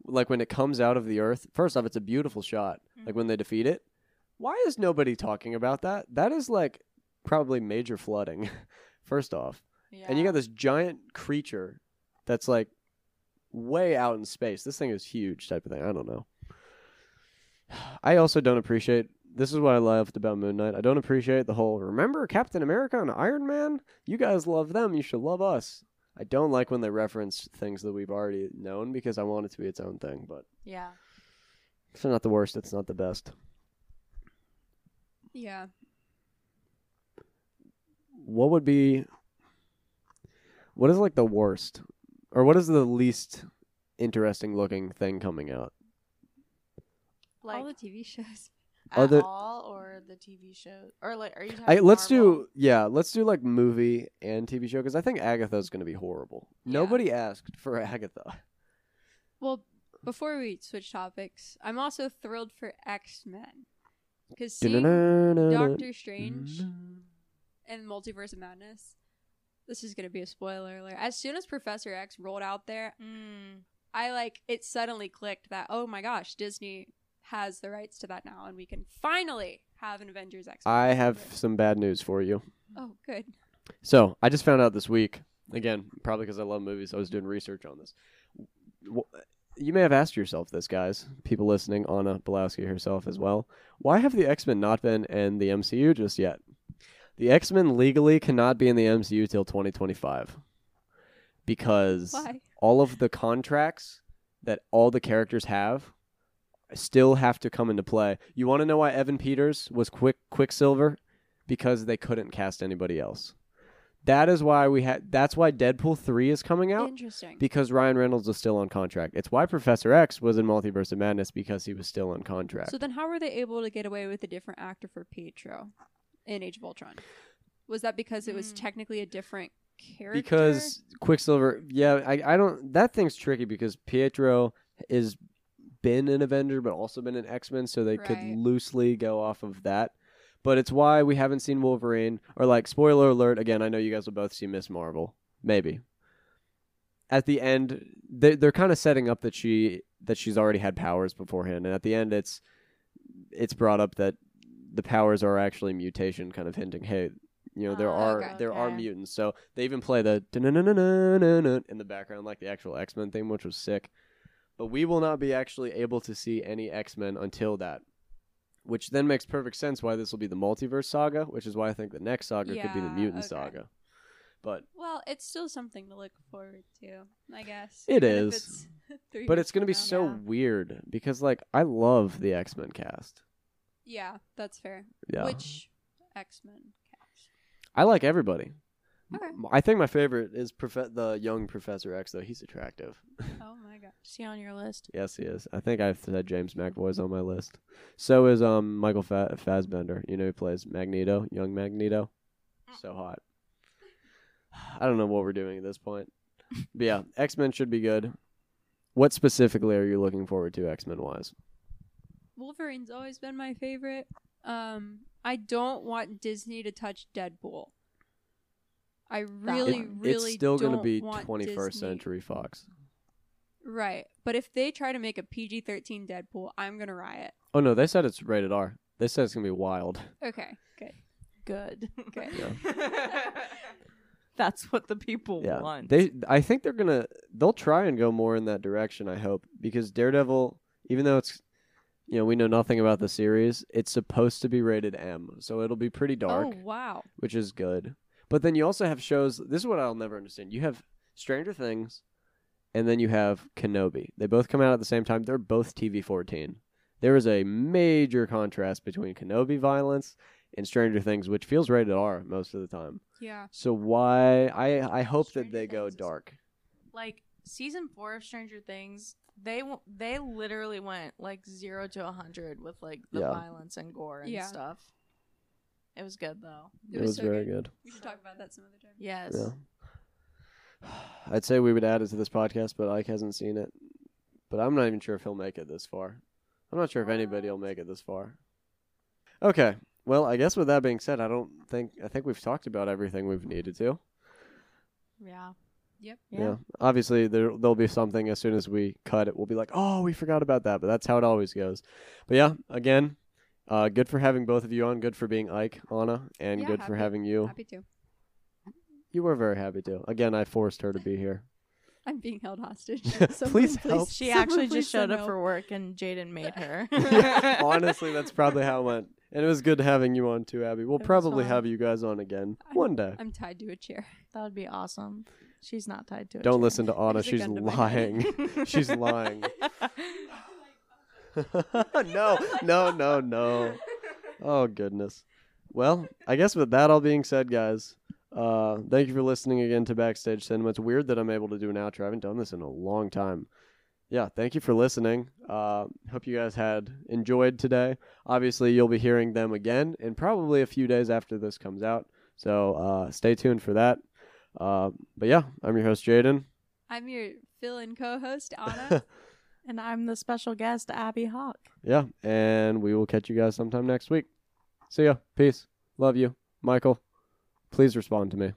Speaker 1: Like when it comes out of the Earth. First off, it's a beautiful shot. Like when they defeat it. Why is nobody talking about that? That is like probably major flooding. First off,
Speaker 3: yeah.
Speaker 1: and you got this giant creature that's like way out in space. This thing is huge, type of thing. I don't know. I also don't appreciate. This is what I loved about Moon Knight. I don't appreciate the whole. Remember Captain America and Iron Man? You guys love them. You should love us. I don't like when they reference things that we've already known because I want it to be its own thing. But
Speaker 3: yeah
Speaker 1: it's not the worst. It's not the best.
Speaker 2: Yeah.
Speaker 1: What would be? What is like the worst, or what is the least interesting looking thing coming out?
Speaker 2: all the TV shows.
Speaker 3: at
Speaker 1: Other-
Speaker 3: all or the TV show or like are you talking
Speaker 1: I, let's
Speaker 3: Marvel?
Speaker 1: do yeah, let's do like movie and TV show because I think Agatha's gonna be horrible.
Speaker 2: Yeah.
Speaker 1: Nobody asked for Agatha.
Speaker 2: Well, before we switch topics, I'm also thrilled for X Men because seeing
Speaker 1: Doctor
Speaker 2: Doctor Strange and Multiverse of Madness. This is gonna be a spoiler alert. As soon as Professor X rolled out there,
Speaker 3: Mm,
Speaker 2: I like it suddenly clicked that oh my gosh, Disney has the rights to that now, and we can finally have an Avengers X.
Speaker 1: I have some bad news for you.
Speaker 2: Oh, good.
Speaker 1: So I just found out this week again, probably because I love movies. I was doing research on this. W- You may have asked yourself this, guys. People listening, Anna Belowski herself as well. Why have the X Men not been in the MCU just yet? The X Men legally cannot be in the MCU till 2025 because
Speaker 2: Why?
Speaker 1: all of the contracts that all the characters have still have to come into play. You want to know why Evan Peters was quick Quicksilver? Because they couldn't cast anybody else. That is why we had. That's why Deadpool three is coming out
Speaker 2: Interesting.
Speaker 1: because Ryan Reynolds is still on contract. It's why Professor X was in Multiverse of Madness because he was still on contract.
Speaker 2: So then, how were they able to get away with a different actor for Pietro in Age of Ultron? Was that because it was
Speaker 3: Mm.
Speaker 2: technically a different character.
Speaker 1: because Quicksilver, yeah, I, I don't. That thing's tricky because Pietro is been an Avenger, but also been an X Men, so they could
Speaker 2: Right.
Speaker 1: loosely go off of that. But it's why we haven't seen Wolverine. Or like, spoiler alert again. I know you guys will both see Miss Marvel, maybe. At the end, they, they're kind of setting up that she that she's already had powers beforehand, and at the end, it's it's brought up that the powers are actually mutation, kind of hinting, hey, you know, there
Speaker 3: Oh,
Speaker 1: are
Speaker 2: Ah, okay.
Speaker 1: there are
Speaker 3: Okay.
Speaker 1: mutants. So they even play the dun-dun-dun-dun-dun-dun in the background, like the actual X Men thing, which was sick. But we will not be actually able to see any X Men until that, which then makes perfect sense why this will be the multiverse saga, which is why I think the next saga could be the
Speaker 2: Yeah,
Speaker 1: mutant
Speaker 2: okay.
Speaker 1: saga. But
Speaker 2: well, it's still something to look forward to, I guess.
Speaker 1: It
Speaker 2: It is,
Speaker 1: is. but it's
Speaker 2: Oh,
Speaker 1: gonna be
Speaker 3: from
Speaker 1: so
Speaker 3: now.
Speaker 1: weird because like I love the X Men cast.
Speaker 2: Yeah, that's fair.
Speaker 1: Yeah,
Speaker 2: Which X Men cast?
Speaker 1: I like everybody.
Speaker 2: Okay.
Speaker 1: M- I think my favorite is prof- the young Professor X though. He's attractive.
Speaker 2: Oh my gosh.
Speaker 3: See on your list.
Speaker 1: Yes, he is. I think I've said James McAvoy's on my list. So is um Michael Fa- Fassbender. You know, he plays Magneto, young Magneto.
Speaker 2: Mm.
Speaker 1: So hot. I don't know what we're doing at this point. But yeah, X Men should be good. What specifically are you looking forward to X Men wise?
Speaker 2: Wolverine's always been my favorite. Um, I don't want Disney to touch Deadpool. I really,
Speaker 1: It-
Speaker 2: really
Speaker 1: it's still
Speaker 2: going
Speaker 1: gonna be
Speaker 2: to twenty first
Speaker 1: Century Fox.
Speaker 2: right? But if they try to make a PG thirteen Deadpool, I'm gonna riot.
Speaker 1: Oh no, they said it's rated R. They said it's gonna be wild.
Speaker 2: Okay, good.
Speaker 3: Good.
Speaker 2: Okay.
Speaker 3: That's what the people
Speaker 1: Yeah,
Speaker 3: want.
Speaker 1: They, I think they're gonna, they'll try and go more in that direction. I hope because Daredevil, even though it's, you know, we know nothing about the series, it's supposed to be rated M, so it'll be pretty dark,
Speaker 2: Oh wow.
Speaker 1: which is good. But then you also have shows. This is what I'll never understand. You have Stranger Things, and then you have Kenobi. They both come out at the same time. They're both TV fourteen. There is a major contrast between Kenobi violence and Stranger Things, which feels rated R most of the time.
Speaker 2: Yeah.
Speaker 1: So why I I hope that
Speaker 3: Stranger
Speaker 1: they go
Speaker 3: Things is-
Speaker 1: dark.
Speaker 3: like season four of Stranger Things, they w- they literally went like zero to a hundred with like the
Speaker 1: Yeah.
Speaker 3: violence and gore and
Speaker 2: Yeah.
Speaker 3: stuff. It was good though.
Speaker 2: It was so
Speaker 1: very
Speaker 2: good.
Speaker 1: good.
Speaker 2: We should talk about that some other time.
Speaker 3: Yes.
Speaker 1: Yeah. I'd say we would add it to this podcast, but Ike hasn't seen it. But I'm not even sure if he'll make it this far. I'm not sure if anybody will make it this far. Okay. Well, I guess with that being said, I don't think I think we've talked about everything we've needed to.
Speaker 3: Yeah.
Speaker 2: Yep.
Speaker 3: Yeah.
Speaker 1: Obviously, there there'll be something as soon as we cut it. We'll be like, oh, we forgot about that. But that's how it always goes. But yeah, again, uh, good for having both of you on. Good for being Ike, Anna, and
Speaker 2: Yeah,
Speaker 1: good for
Speaker 2: happy-
Speaker 1: having you.
Speaker 2: Happy to.
Speaker 1: You were very happy to. Again, I forced her to be here.
Speaker 2: I'm being held hostage.
Speaker 1: Please help.
Speaker 3: She
Speaker 2: someone
Speaker 3: actually
Speaker 2: please
Speaker 3: just showed
Speaker 2: say
Speaker 3: up
Speaker 2: no.
Speaker 3: for work and Jaden made her.
Speaker 1: Yeah, honestly, that's probably how it went. And it was good having you on too, Abby. We'll
Speaker 3: It was
Speaker 1: probably
Speaker 3: fun.
Speaker 1: have you guys on again
Speaker 2: I-
Speaker 1: one day.
Speaker 2: I'm tied to a chair.
Speaker 3: That would be awesome. She's not tied to it.
Speaker 1: Don't listen to Anna.
Speaker 2: There's a
Speaker 1: She's
Speaker 2: gun to my head.
Speaker 1: lying. She's lying. no, no, no, no. Oh, goodness. Well, I guess with that all being said, guys, uh, thank you for listening again to Backstage Cinema. It's weird that I'm able to do an outro. I haven't done this in a long time. Yeah, thank you for listening. Uh, hope you guys had enjoyed today. Obviously, you'll be hearing them again in probably a few days after this comes out. So uh, stay tuned for that. Uh, but yeah, I'm your host, Jaden.
Speaker 2: I'm your fill in co host, Anna.
Speaker 3: And I'm the special guest, Abby Hawk.
Speaker 1: yeah, and we will catch you guys sometime next week. See ya. Peace. Love you. Michael, please respond to me.